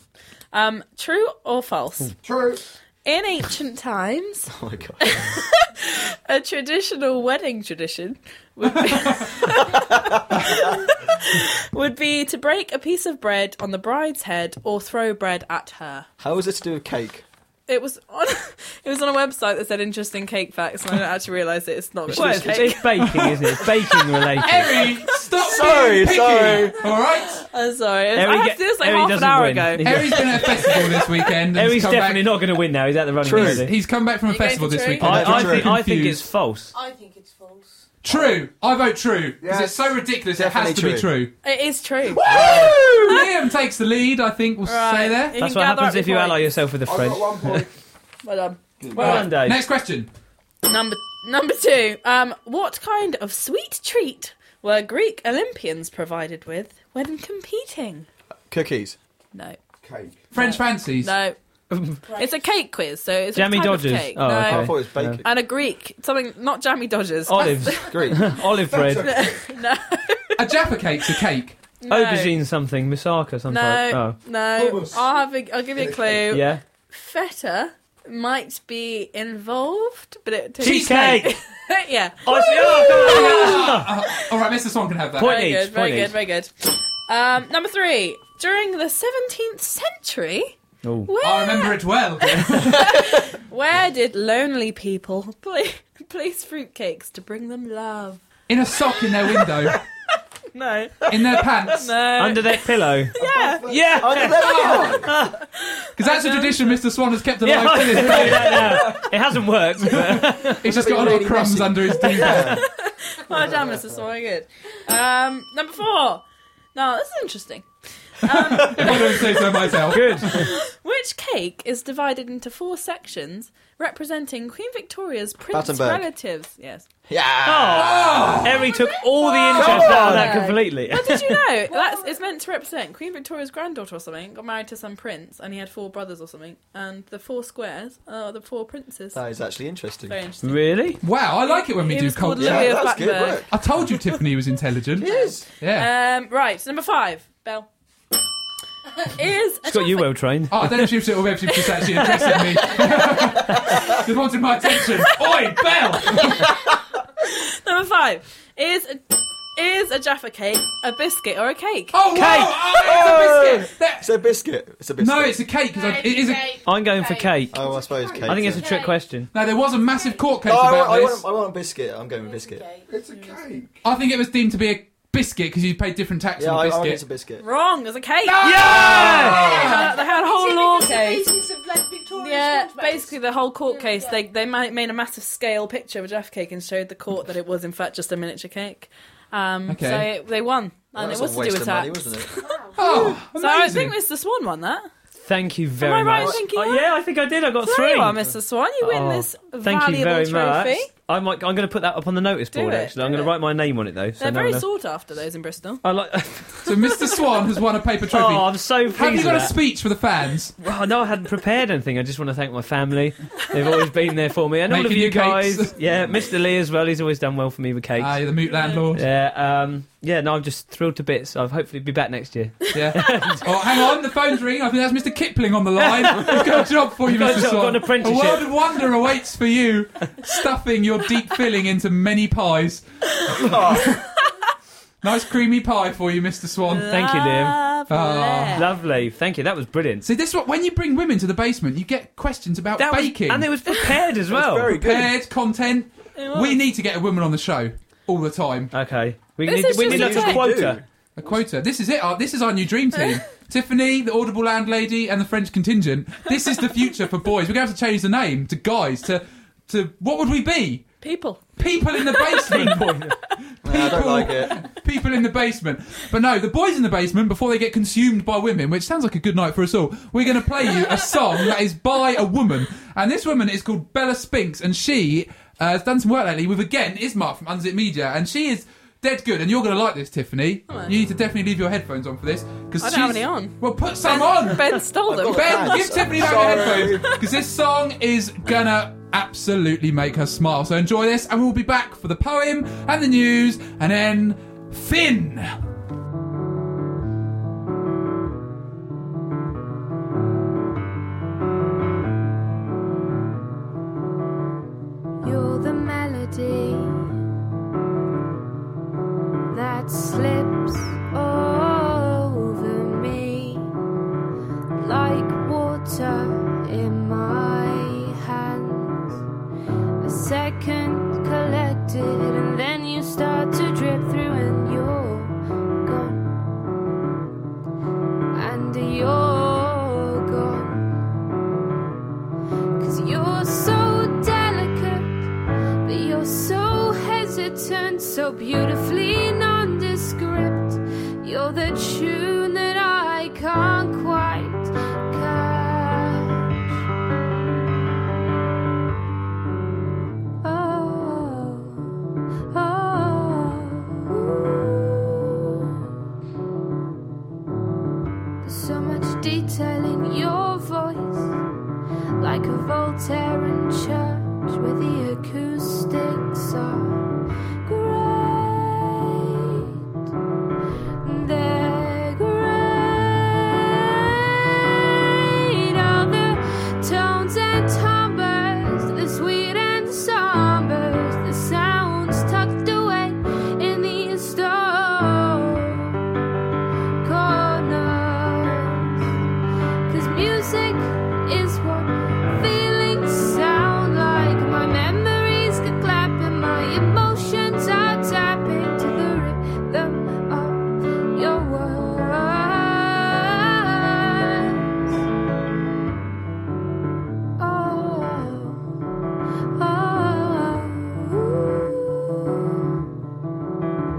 Speaker 4: Um, true or false?
Speaker 3: True.
Speaker 4: In ancient times,
Speaker 5: Oh my god.
Speaker 4: a traditional wedding tradition would be, would be to break a piece of bread on the bride's head or throw bread at her.
Speaker 5: How is it to do with cake?
Speaker 4: It was on it was on a website that said interesting cake facts, and I didn't actually realise it. It's not
Speaker 2: Well,
Speaker 4: actually
Speaker 2: it's,
Speaker 4: cake.
Speaker 2: it's baking, isn't it? It's baking related.
Speaker 1: Harry, stop
Speaker 5: Sorry,
Speaker 1: being picky.
Speaker 5: sorry.
Speaker 1: All right.
Speaker 4: I'm sorry. I
Speaker 2: Harry
Speaker 4: had
Speaker 2: get-
Speaker 4: to do this like
Speaker 2: Harry
Speaker 4: half an
Speaker 2: doesn't
Speaker 4: hour
Speaker 2: win.
Speaker 4: ago.
Speaker 2: He-
Speaker 1: Harry's been at a festival this weekend. And he's
Speaker 2: Harry's
Speaker 1: come
Speaker 2: definitely
Speaker 1: back.
Speaker 2: not going to win now. He's out the running.
Speaker 5: True.
Speaker 2: isn't he?
Speaker 1: He's come back from a
Speaker 4: You
Speaker 1: festival
Speaker 4: going for
Speaker 1: this
Speaker 4: true?
Speaker 1: weekend.
Speaker 2: I, I,
Speaker 1: Very
Speaker 2: think, I think it's
Speaker 1: confused.
Speaker 2: false.
Speaker 6: I think it's false.
Speaker 1: true. I vote true because
Speaker 3: Yes.
Speaker 1: it's so ridiculous. It has to
Speaker 5: Definitely
Speaker 1: be true.
Speaker 4: It is true.
Speaker 1: Liam takes the lead. I think we'll
Speaker 4: Right.
Speaker 1: say
Speaker 4: You
Speaker 1: there.
Speaker 4: can
Speaker 2: That's what
Speaker 4: gather up
Speaker 2: happens
Speaker 4: your
Speaker 2: if you ally
Speaker 4: points.
Speaker 2: yourself with the
Speaker 3: I've
Speaker 2: French.
Speaker 3: got one point.
Speaker 4: Well done.
Speaker 2: Well done, Dave.
Speaker 1: Next question.
Speaker 4: Number number two. Um, what kind of sweet treat were Greek Olympians provided with when competing?
Speaker 5: Cookies.
Speaker 4: No.
Speaker 5: Cake.
Speaker 1: French fancies.
Speaker 4: No. it's a cake quiz, so it's
Speaker 2: Jammy
Speaker 4: a type
Speaker 2: Dodgers.
Speaker 4: Of cake.
Speaker 2: Oh,
Speaker 4: no.
Speaker 2: okay. I thought it was bacon.
Speaker 4: And a Greek, something not jammy Dodgers.
Speaker 2: Olives.
Speaker 5: Greek.
Speaker 2: Olive bread.
Speaker 4: no.
Speaker 1: A Jaffa cake's a cake.
Speaker 4: No.
Speaker 2: Aubergine something. Moussaka something. Oh.
Speaker 4: No, no. I'll have. A, I'll give you a clue.
Speaker 2: Yeah.
Speaker 4: Feta might be involved, but it takes
Speaker 2: Cheesecake!
Speaker 4: yeah.
Speaker 2: Oh, see-
Speaker 1: oh, come on.
Speaker 4: Ah!
Speaker 1: all right, Mr. Swan can have that.
Speaker 4: very good, very good, very good. Um, number three. During the 17th century,
Speaker 2: Oh.
Speaker 4: Where?
Speaker 1: I remember it well.
Speaker 4: where did lonely people pla- place fruitcakes to bring them love?
Speaker 1: in a sock in their window,
Speaker 4: No.
Speaker 1: in their pants,
Speaker 4: No.
Speaker 2: Under their pillow.
Speaker 4: yeah.
Speaker 2: Yeah.
Speaker 1: Under their pillow. Because Oh! that's a tradition Mr. Swan has kept alive
Speaker 2: Yeah,
Speaker 1: to this
Speaker 2: I was gonna say
Speaker 1: day.
Speaker 2: that now. It hasn't worked. but-
Speaker 1: He's just got a lot of crumbs under his tea bag.
Speaker 4: Well done, Mr. Swan. Good. Um, number four. Now, this is interesting.
Speaker 1: If I don't say so myself. Good.
Speaker 4: Which cake is divided into four sections representing Queen Victoria's prince
Speaker 2: Battenberg.
Speaker 4: relatives? Yes.
Speaker 2: Oh. Harry took all the interest out of that completely.
Speaker 4: But did you know that's it's meant to represent Queen Victoria's granddaughter or something got married to some prince and he had four brothers or something and the four squares are the four princes.
Speaker 5: That is actually interesting.
Speaker 4: Very interesting.
Speaker 2: Really?
Speaker 1: Wow, I like it when we
Speaker 4: It
Speaker 1: do
Speaker 4: was called
Speaker 1: culture.
Speaker 4: Louis of That's good Blackburn. work.
Speaker 1: I told you Tiffany was intelligent.
Speaker 4: Yes.
Speaker 1: Yeah.
Speaker 4: Um, right, so number five, Bell. is a
Speaker 2: She's got you well trained.
Speaker 1: Oh, I don't know if she was, or if she was just actually addressing me. just wanted my attention. Oi, Bell!
Speaker 4: number five is a, is a Jaffa cake a biscuit or a cake?
Speaker 1: Oh,
Speaker 4: cake.
Speaker 5: It's a biscuit. It's a biscuit.
Speaker 1: No, it's a cake. Cause I, it is a,
Speaker 2: I'm going for cake.
Speaker 5: Oh, I suppose cake.
Speaker 2: I think it's a trick question.
Speaker 1: no, there was a massive court
Speaker 5: No,
Speaker 1: case
Speaker 5: I,
Speaker 1: about
Speaker 5: want, I,
Speaker 1: this.
Speaker 5: want, I want a biscuit. I'm going with biscuit.
Speaker 3: It's a cake.
Speaker 1: I think it was deemed to be a biscuit because you paid different tax
Speaker 5: Yeah,
Speaker 1: on a
Speaker 5: I, I
Speaker 1: biscuit.
Speaker 5: want it's a biscuit.
Speaker 4: Wrong, there's a cake.
Speaker 1: Yeah!
Speaker 4: They had a whole law case.
Speaker 6: Of, like, Victoria's
Speaker 4: Yeah,
Speaker 6: court case.
Speaker 4: basically the whole court case. They they ma- made a massive scale picture of a Jaffa cake and showed the court that it was in fact just a miniature cake. Um,
Speaker 1: Okay.
Speaker 4: So it- they won,
Speaker 5: Well,
Speaker 4: and
Speaker 5: that's
Speaker 4: it was
Speaker 5: a
Speaker 4: to do
Speaker 5: waste
Speaker 4: with
Speaker 5: of
Speaker 4: that.
Speaker 5: money, wasn't it?
Speaker 1: Oh,
Speaker 4: so I
Speaker 1: amazing.
Speaker 4: think Mr. Swan won that.
Speaker 2: Thank you very
Speaker 4: Am I right in
Speaker 2: much.
Speaker 4: thinking
Speaker 2: Oh,
Speaker 4: that?
Speaker 2: yeah, I think I did. I got
Speaker 4: Very
Speaker 2: three.
Speaker 4: well, Mr. Swan, you win
Speaker 2: Oh,
Speaker 4: this
Speaker 2: Thank
Speaker 4: valuable
Speaker 2: you very
Speaker 4: trophy.
Speaker 2: much. I might, I'm going to put that up on the notice
Speaker 4: Do
Speaker 2: board.
Speaker 4: it,
Speaker 2: actually, I'm
Speaker 4: do
Speaker 2: going to
Speaker 4: it.
Speaker 2: write my name on it though. So
Speaker 4: They're
Speaker 2: no
Speaker 4: very
Speaker 2: one else-
Speaker 4: sought after those in Bristol.
Speaker 2: I like.
Speaker 1: so Mr. Swan has won a paper trophy.
Speaker 2: Oh, I'm so pleased.
Speaker 1: Have you
Speaker 2: with
Speaker 1: got a
Speaker 2: that.
Speaker 1: speech for the fans?
Speaker 2: Well, Oh, no, I hadn't prepared anything. I just want to thank my family. They've always been there for me, and all of
Speaker 1: Making
Speaker 2: you
Speaker 1: you cakes.
Speaker 2: guys. Yeah, Mr. Lee as well. He's always done well for me with cakes.
Speaker 1: Ah, you're the mute landlord.
Speaker 2: yeah, um, yeah. No, I'm just thrilled to bits. I'll hopefully be back next year.
Speaker 1: Yeah. oh, hang on, the phone's ringing. I think that's Mr. Kipling on the line. He's got a job for you,
Speaker 2: Got a
Speaker 1: Mr.
Speaker 2: job,
Speaker 1: Swan.
Speaker 2: got an apprenticeship.
Speaker 1: A world of wonder awaits for you, stuffing your deep filling into many pies. nice creamy pie for you, Mr. Swan.
Speaker 2: Thank you, Liam.
Speaker 1: Ah.
Speaker 2: Lovely. Thank you. That was brilliant.
Speaker 1: See, this is what when you bring women to the basement, you get questions about
Speaker 2: That was-
Speaker 1: baking
Speaker 2: and it was prepared as well.
Speaker 1: prepared content.
Speaker 4: It was.
Speaker 1: We need to get a woman on the show all the time.
Speaker 2: Okay, we
Speaker 4: This
Speaker 2: need
Speaker 4: is
Speaker 2: we
Speaker 4: just
Speaker 2: need
Speaker 4: a
Speaker 2: like a
Speaker 4: tech.
Speaker 2: quota.
Speaker 1: A quota. This is it. Our, this is our new dream team. Tiffany, the Audible Landlady, and the French contingent. This is the future for boys. We're going to have to change the name to guys. To to what would we be?
Speaker 4: People.
Speaker 1: People in the basement.
Speaker 5: No, I don't like it.
Speaker 1: People in the basement. But no, the boys in the basement, before they get consumed by women, which sounds like a good night for us all, we're going to play you a song that is by a woman. And this woman is called Bella Spinks, and she uh, has done some work lately with, again, Ismar from Unzip Media. And she is dead good, and you're going to like this, Tiffany. You need to definitely leave your headphones on for this. because
Speaker 4: I don't have any on.
Speaker 1: Well, put some on!
Speaker 4: Ben stole them.
Speaker 1: Ben, give Tiffany back her headphones because this song is gonna absolutely make her smile. So enjoy this, and we'll be back for the poem and the news, and then Finn.
Speaker 14: You're the melody that slips over me like water in my hands. A second collected, and then you start to drip through, and you're gone. And you're gone. Cause you're so delicate, but you're so hesitant, so beautifully nondescript. You're the tune that I can't quite catch. Oh, Voltairean church where the acoustics are great. They're great. All the tones and timbres, the sweet and sombers, the sounds tucked away in these stone corners. Cause music is what feelings sound like. My memories get clapping, my emotions are tapping to the rhythm of your words. Oh,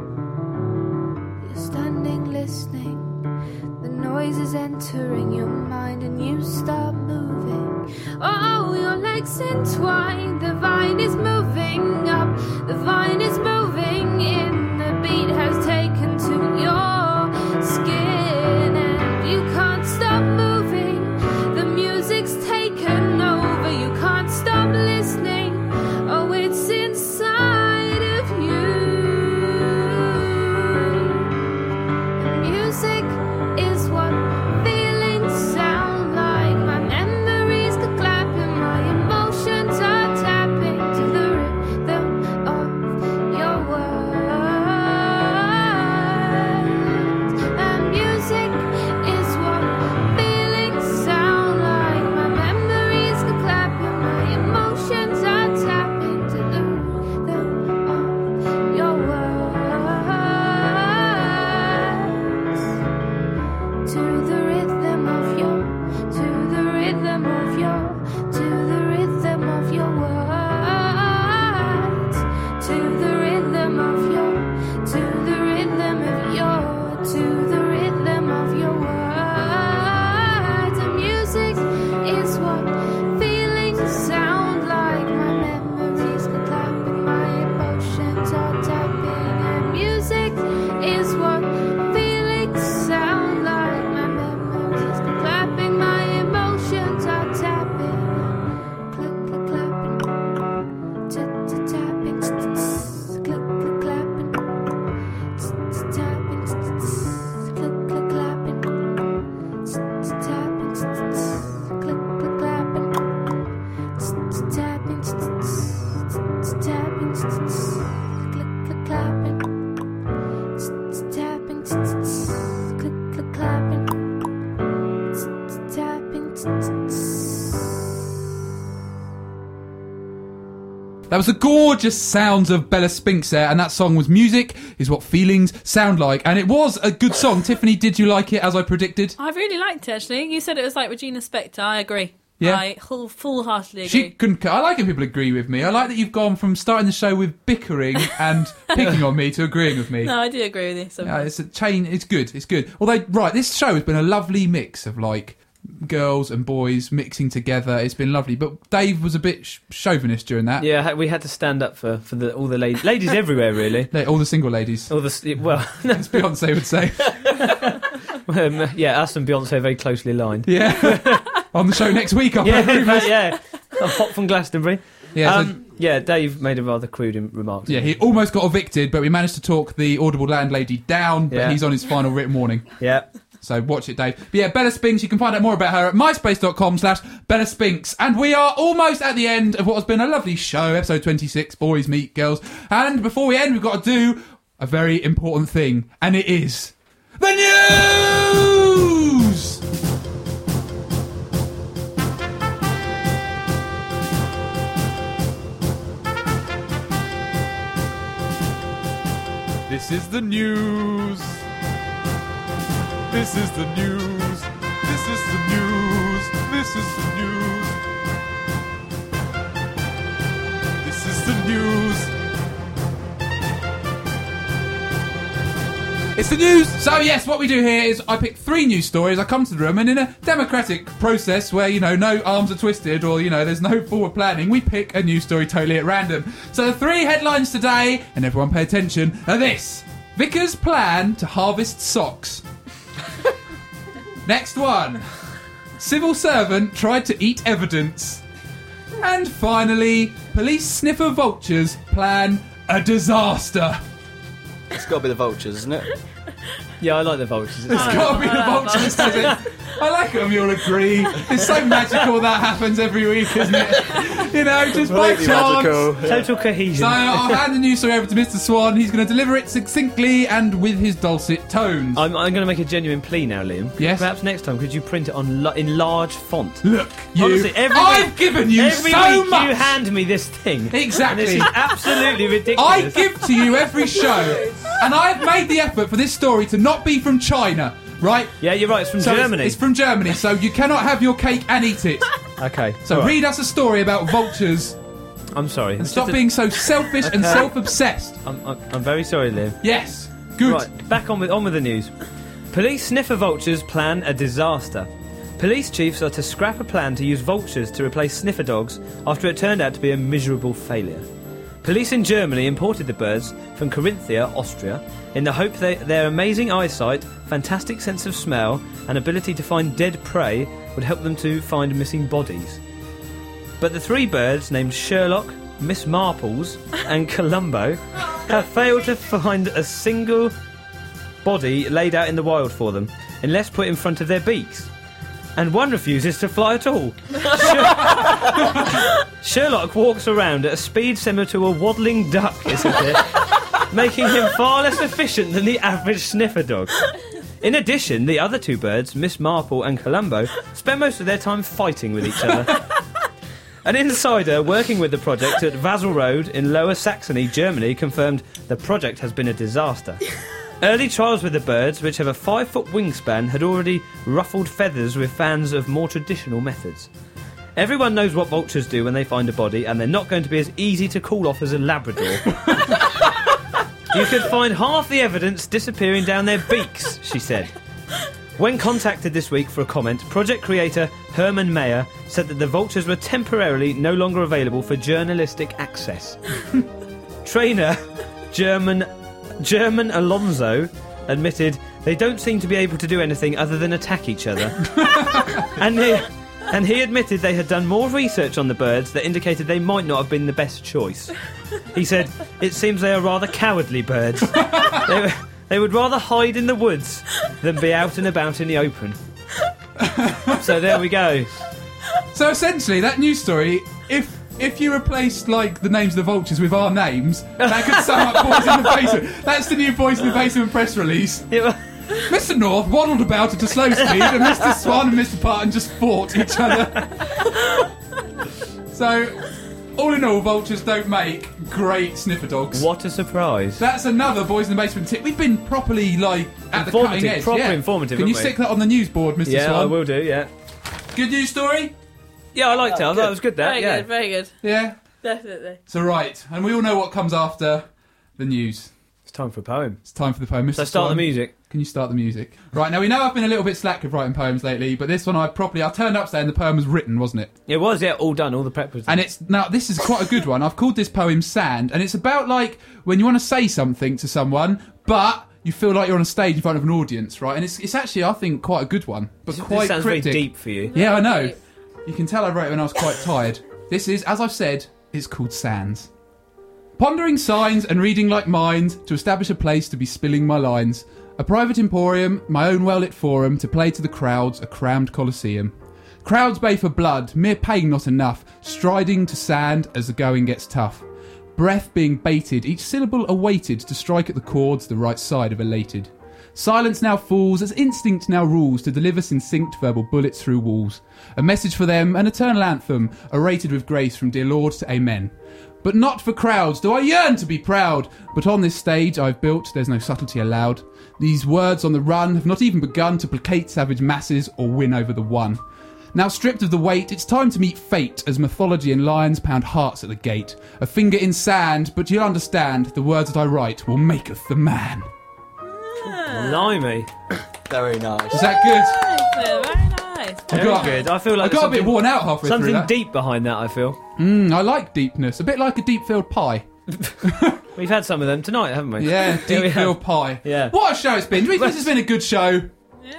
Speaker 14: oh. You're standing listening. The noise is entering your mind and you stop moving. Oh, your legs entwined. The vine is moving up. The vine is moving in. The beat has taken to your skin and you can't stop moving. The music's taken over. You can't stop listening. Oh, it's inside of you. Music is what feelings sound like. My memories are clapping, my emotions are tapping to the rhythm of your words. And music is what feelings sound like. My memories are clapping, my emotions are tapping to the rhythm of your words to the rhythm of your, to the rhythm of your, to the rhythm of your words, to the rhythm of your, to the rhythm of your, to the rhythm of your words. And music is what feelings sound like. My memories can clap, and my emotions are tapping. And music is what feelings sound like. My memories can clapping, my emotions are tapping. Click, click, clapping. Tap, tap, tapping. Tss, tss, Click, click, clapping. Tss, tss, Tapping. Tss, tss, Click, click, clapping. Tss, tss, Tapping. Tss, tss, Click, click, clapping. Tss, tss, Tapping. Tss, tss, tss, Tapping. Tss, tss, Click, click, clapping. Tss, tss, Tapping. Tss, tss, Click, click, clapping. Tss, tss, Tapping. Tss, tss,
Speaker 1: That was the gorgeous sounds of Bella Spinks there, and that song was Music is What Feelings Sound Like. And it was a good song. Tiffany, did you like it as I predicted?
Speaker 4: I really liked it actually. You said it was like Regina Spektor. I agree.
Speaker 1: Yeah.
Speaker 4: I whole, full heartedly agree.
Speaker 1: She couldn't. I like it. People agree with me. I like that you've gone from starting the show with bickering and picking on me to agreeing with me.
Speaker 4: No, I do agree with you. So
Speaker 1: Yeah, it's a chain. It's good. It's good. Although, right, this show has been a lovely mix of like girls and boys mixing together. It's been lovely. But Dave was a bit sh- chauvinist during that.
Speaker 2: Yeah, ha- we had to stand up for, for the, all the ladies, ladies everywhere, really.
Speaker 1: all the single ladies.
Speaker 2: All the s- well, as
Speaker 1: Beyonce would say.
Speaker 2: um, yeah, us and Beyonce are very closely aligned.
Speaker 1: Yeah, on the show next week. I've
Speaker 2: yeah,
Speaker 1: heard rumours.
Speaker 2: but yeah, a hop from Glastonbury.
Speaker 1: Yeah, so-
Speaker 2: um, yeah. Dave made a rather crude im- remark.
Speaker 1: Yeah, he almost got evicted, but we managed to talk the audible landlady down. But
Speaker 2: Yeah.
Speaker 1: he's on his final written warning.
Speaker 2: Yeah.
Speaker 1: So watch it, Dave. But yeah, Bella Spinks. You can find out more about her at myspace.com slash Bella Spinks. And we are almost at the end of what has been a lovely show, episode 26, Boys Meet Girls. And before we end, we've got to do a very important thing, and it is the news! This is the news. This is the news. This is the news. This is the news. This is the news. It's the news! So, yes, what we do here is I pick three news stories, I come to the room, and in a democratic process where, you know, no arms are twisted or, you know, there's no forward planning, we pick a news story totally at random. So, the three headlines today, and everyone pay attention, are this Vickers' plan to harvest socks. Next one. Civil servant tried to eat evidence. And finally, police sniffer vultures plan a disaster.
Speaker 5: It's got to be the vultures, isn't it?
Speaker 2: Yeah, I like the vultures.
Speaker 1: It's got to be the vultures, does it? I like them, you'll agree. It's so magical that happens every week, isn't it? You know, just by
Speaker 2: Completely
Speaker 1: chance.
Speaker 2: magical, yeah. Total cohesion.
Speaker 1: So I'll hand the news story over to Mr. Swan. He's going to deliver it succinctly and with his dulcet tones.
Speaker 2: I'm, I'm going to make a genuine plea now, Liam. Yes. Perhaps next time, could you print it on la- in large font?
Speaker 1: Look, you-
Speaker 2: Honestly, every
Speaker 1: I've
Speaker 2: week-
Speaker 1: given you
Speaker 2: every
Speaker 1: so
Speaker 2: week You
Speaker 1: much.
Speaker 2: hand me this thing.
Speaker 1: Exactly.
Speaker 2: And this is absolutely ridiculous.
Speaker 1: I give to you every show, and I've made the effort for this story to not be from China, right?
Speaker 2: Yeah, you're right. It's from
Speaker 1: So
Speaker 2: Germany.
Speaker 1: It's, from Germany, so you cannot have your cake and eat it.
Speaker 2: Okay.
Speaker 1: So
Speaker 2: all right.
Speaker 1: read us a story about vultures
Speaker 2: I'm sorry.
Speaker 1: and
Speaker 2: It's
Speaker 1: stop
Speaker 2: just a-
Speaker 1: being so selfish and
Speaker 2: Okay.
Speaker 1: self-obsessed.
Speaker 2: I'm, I'm, I'm very sorry, Liam.
Speaker 1: Yes. Good.
Speaker 2: Right, back on with on with the news. Police sniffer vultures plan a disaster. Police chiefs are to scrap a plan to use vultures to replace sniffer dogs after it turned out to be a miserable failure. Police in Germany imported the birds from Carinthia, Austria, in the hope that their amazing eyesight, fantastic sense of smell, and ability to find dead prey would help them to find missing bodies. But the three birds named Sherlock, Miss Marples, and Columbo have failed to find a single body laid out in the wild for them, unless put in front of their beaks. And one refuses to fly at all. Sher- Sherlock walks around at a speed similar to a waddling duck, isn't it? Making him far less efficient than the average sniffer dog. In addition, the other two birds, Miss Marple and Columbo, spend most of their time fighting with each other. An insider working with the project at Basel Road in Lower Saxony, Germany, confirmed the project has been a disaster. Early trials with the birds, which have a five foot wingspan, had already ruffled feathers with fans of more traditional methods. Everyone knows what vultures do when they find a body, and they're not going to be as easy to call off as a Labrador. you could find half the evidence disappearing down their beaks, she said. When contacted this week for a comment, project creator Herman Mayer said that the vultures were temporarily no longer available for journalistic access. Trainer German German Alonso admitted they don't seem to be able to do anything other than attack each other. and he and he admitted they had done more research on the birds that indicated they might not have been the best choice. He said, "It seems they are rather cowardly birds. they, were- they would rather hide in the woods than be out and about in the open." so there we go.
Speaker 1: So essentially, that news story, if if you replaced like the names of the vultures with our names, that could sum up Boys in the Basement. That's the new Boys in the Basement press release. Mr. North waddled about at a slow speed, and Mr. Swan and Mr. Parton just fought each other. so, all in all, vultures don't make great sniffer dogs.
Speaker 2: What a surprise!
Speaker 1: That's another Boys in the Basement tip. We've been properly like at the
Speaker 2: Informative,
Speaker 1: cutting edge.
Speaker 2: proper
Speaker 1: yeah.
Speaker 2: informative,
Speaker 1: Can you
Speaker 2: haven't we?
Speaker 1: stick that on the news board, Mr.
Speaker 2: yeah,
Speaker 1: Swan?
Speaker 2: I will do. Yeah.
Speaker 1: Good news story.
Speaker 2: Yeah, I liked it. I thought it was good. That
Speaker 4: Very
Speaker 2: yeah.
Speaker 4: good, very good.
Speaker 1: Yeah.
Speaker 4: Definitely.
Speaker 1: So right, and we all know what comes after the news.
Speaker 2: It's time for a poem.
Speaker 1: It's time for the poem. Mr.
Speaker 2: So start the
Speaker 1: Swan,
Speaker 2: music.
Speaker 1: Can you start the music? Right now, we know I've been a little bit slack with writing poems lately, but this one I properly I turned up saying the poem was written, wasn't it?
Speaker 2: It was yeah, all done. All the prep was done.
Speaker 1: And it's now this is quite a good one. I've called this poem "Sand," and it's about like when you want to say something to someone, but you feel like you're on a stage in front of an audience, right? And it's it's actually I think quite a good one, but
Speaker 2: This- this
Speaker 1: quite
Speaker 2: sounds very
Speaker 1: cryptic.
Speaker 2: deep for you.
Speaker 1: Yeah, I know. You can tell I wrote it when I was quite tired. This is, as I've said, it's called Sands. Pondering signs and reading like minds to establish a place to be spilling my lines. A private emporium, my own well lit forum to play to the crowds, a crammed coliseum. Crowds bay for blood, mere pain not enough, striding to sand as the going gets tough. Breath being baited, each syllable awaited to strike at the chords the right side of elated. Silence now falls as instinct now rules to deliver succinct verbal bullets through walls. A message for them, an eternal anthem, orated with grace from dear Lord to Amen. But not for crowds do I yearn to be proud. But on this stage I've built, there's no subtlety allowed. These words on the run have not even begun to placate savage masses or win over the one. Now stripped of the weight, it's time to meet fate as mythology and lions pound hearts at the gate. A finger in sand, but you'll understand the words that I write will maketh the man.
Speaker 2: Limey.
Speaker 5: Very nice.
Speaker 1: Is that good?
Speaker 4: Nice, very nice.
Speaker 1: I
Speaker 2: Very
Speaker 1: got-
Speaker 2: good. I feel like
Speaker 1: I got a
Speaker 2: something-
Speaker 1: bit worn out halfway through
Speaker 2: Something
Speaker 1: that.
Speaker 2: deep behind that. I feel
Speaker 1: Mm, I like deepness, a bit like a deep field pie.
Speaker 2: we've had some of them tonight, haven't we?
Speaker 1: Yeah,
Speaker 2: we
Speaker 1: deep
Speaker 2: have.
Speaker 1: field pie.
Speaker 2: Yeah.
Speaker 1: What a show it's been. Do you think this has been a good show?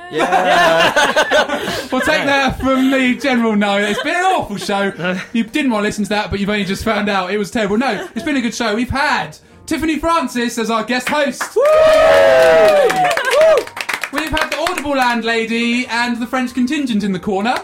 Speaker 1: Well, take that from me, General No. It's been an awful show. You didn't want to listen to that, but you've only just found out it was terrible. No, it's been a good show. We've had Tiffany Francis as our guest host. We've had the Audible Landlady and the French contingent in the corner.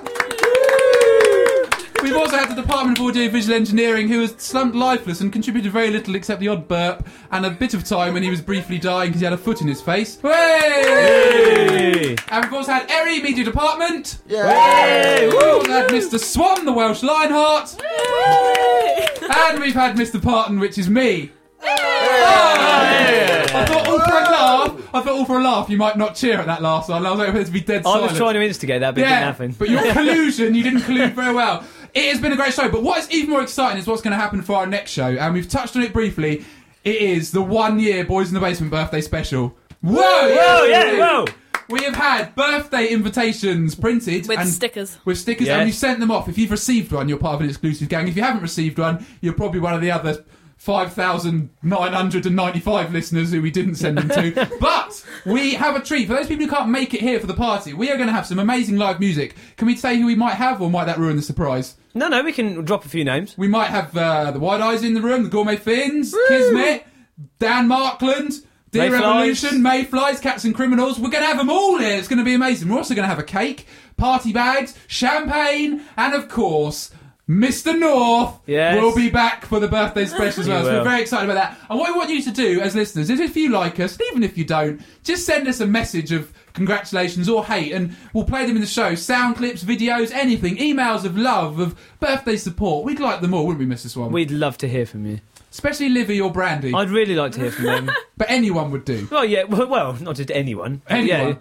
Speaker 1: We've also had the Department of Audio Visual Engineering, who was slumped lifeless and contributed very little except the odd burp and a bit of time when he was briefly dying because he had a foot in his face. Hey! And we've also had Eri Media Department. Hey! We've also had Mr. Swan, the Welsh Lionheart. And we've had Mr. Parton, which is me. I thought all for a laugh. I thought all for a laugh. You might not cheer at that last one. I was hoping it to be dead
Speaker 2: I
Speaker 1: silent.
Speaker 2: was trying to instigate that, but it
Speaker 1: Yeah,
Speaker 2: didn't happen.
Speaker 1: But your collusion, you didn't collude very well. It has been a great show, but what is even more exciting is what's going to happen for our next show, and we've touched on it briefly. It is the one year Boys in the Basement birthday special. Whoa!
Speaker 2: Whoa, yeah, whoa.
Speaker 1: We have had birthday invitations printed
Speaker 4: With
Speaker 1: and-
Speaker 4: stickers.
Speaker 1: With stickers,
Speaker 2: Yes.
Speaker 1: and you sent them off. If you've received one, you're part of an exclusive gang. If you haven't received one, you're probably one of the other 5,995 listeners who we didn't send them to. but we have a treat. For those people who can't make it here for the party, we are going to have some amazing live music. Can we say who we might have, or might that ruin the surprise?
Speaker 2: No, no, we can drop a few names.
Speaker 1: We might have uh, the Wide Eyes in the room, the Gourmet Fins, Kismet, Dan Markland, Dear
Speaker 2: Mayflies.
Speaker 1: Revolution, Mayflies, Cats and Criminals. We're going to have them all here. It's going to be amazing. We're also going to have a cake, party bags, champagne, and of course. Mr. North
Speaker 2: Yes.
Speaker 1: will be back for the birthday special as
Speaker 2: He
Speaker 1: well. So we're
Speaker 2: will.
Speaker 1: very excited about that. And what we want you to do as listeners is if you like us, and even if you don't, just send us a message of congratulations or hate and we'll play them in the show. Sound clips, videos, anything, emails of love, of birthday support. We'd like them all, wouldn't we, Mrs. Swan?
Speaker 2: We'd love to hear from you.
Speaker 1: Especially Livy or Brandy.
Speaker 2: I'd really like to hear from them.
Speaker 1: but anyone would do.
Speaker 2: Well, yeah, well, well not just anyone. but
Speaker 1: Anyone.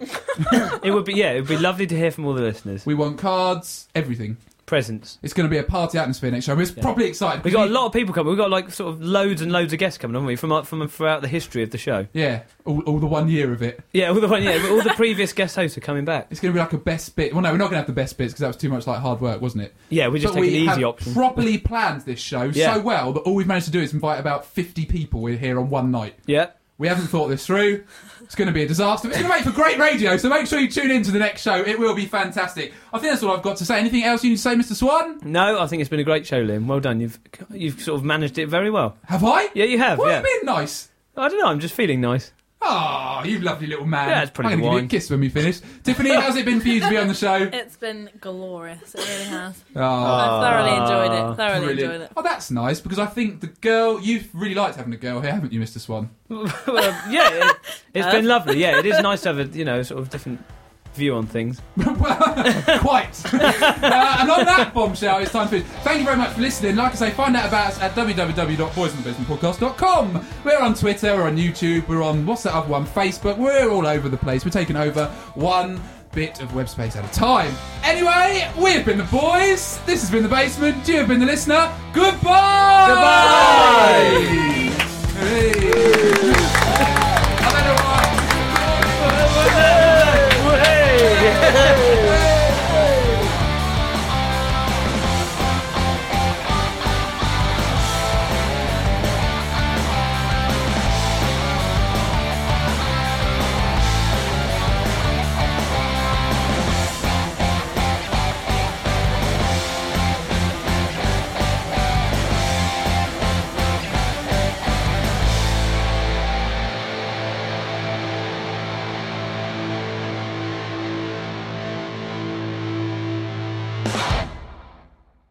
Speaker 2: Yeah, it would be, yeah, it would be lovely to hear from all the listeners.
Speaker 1: We want cards, everything.
Speaker 2: Presents.
Speaker 1: It's going to be a party atmosphere next show. We're properly excited.
Speaker 2: We've got a lot of people coming. We've got like sort of loads and loads of guests coming, haven't we? From, from throughout the history of the show.
Speaker 1: Yeah, all, all the one year of it.
Speaker 2: Yeah, all the one, yeah, all the previous guest hosts are coming back.
Speaker 1: It's going to be like a best bit. Well, no, we're not going to have the best bits because that was too much like hard work, wasn't it?
Speaker 2: Yeah, we just
Speaker 1: But
Speaker 2: take an
Speaker 1: we
Speaker 2: easy
Speaker 1: have
Speaker 2: option.
Speaker 1: properly planned this show
Speaker 2: Yeah.
Speaker 1: so well that all we've managed to do is invite about 50 people in here on one night.
Speaker 2: Yeah.
Speaker 1: We haven't thought this through. It's going to be a disaster. It's going to make for great radio, so make sure you tune in to the next show. It will be fantastic. I think that's all I've got to say. Anything else you need to say, Mr. Swan?
Speaker 2: No, I think it's been a great show, Liam. Well done. You've you've sort of managed it very well.
Speaker 1: Have I?
Speaker 2: Yeah, you have.
Speaker 1: What
Speaker 2: yeah.
Speaker 1: have you been nice?
Speaker 2: I don't know. I'm just feeling nice.
Speaker 1: Ah, you lovely little man.
Speaker 2: Yeah, it's pretty
Speaker 1: I'm going to give you
Speaker 2: wine.
Speaker 1: a kiss when we finish. Tiffany, how's it been for you to be on the show?
Speaker 4: It's been glorious. It really has.
Speaker 1: Ah.
Speaker 4: I've thoroughly enjoyed it. Thoroughly
Speaker 1: Brilliant.
Speaker 4: enjoyed it.
Speaker 1: Oh, that's nice because I think the girl you've really liked having a girl here, haven't you, Mr. Swan?
Speaker 2: well, yeah, it,
Speaker 1: Uh.
Speaker 2: it's been lovely. Yeah, it is nice to have a you know sort of different view on things.
Speaker 1: Quite. uh, and on that bombshell, it's time to finish. Thank you very much for listening. Like I say, find out about us at www.boysinthebasementpodcast.com. We're on Twitter, we're on YouTube, we're on what's that other one? Facebook. We're all over the place. We're taking over one bit of web space at a time. Anyway, we've been the boys. This has been the basement. You have been the listener. Goodbye.
Speaker 2: Goodbye.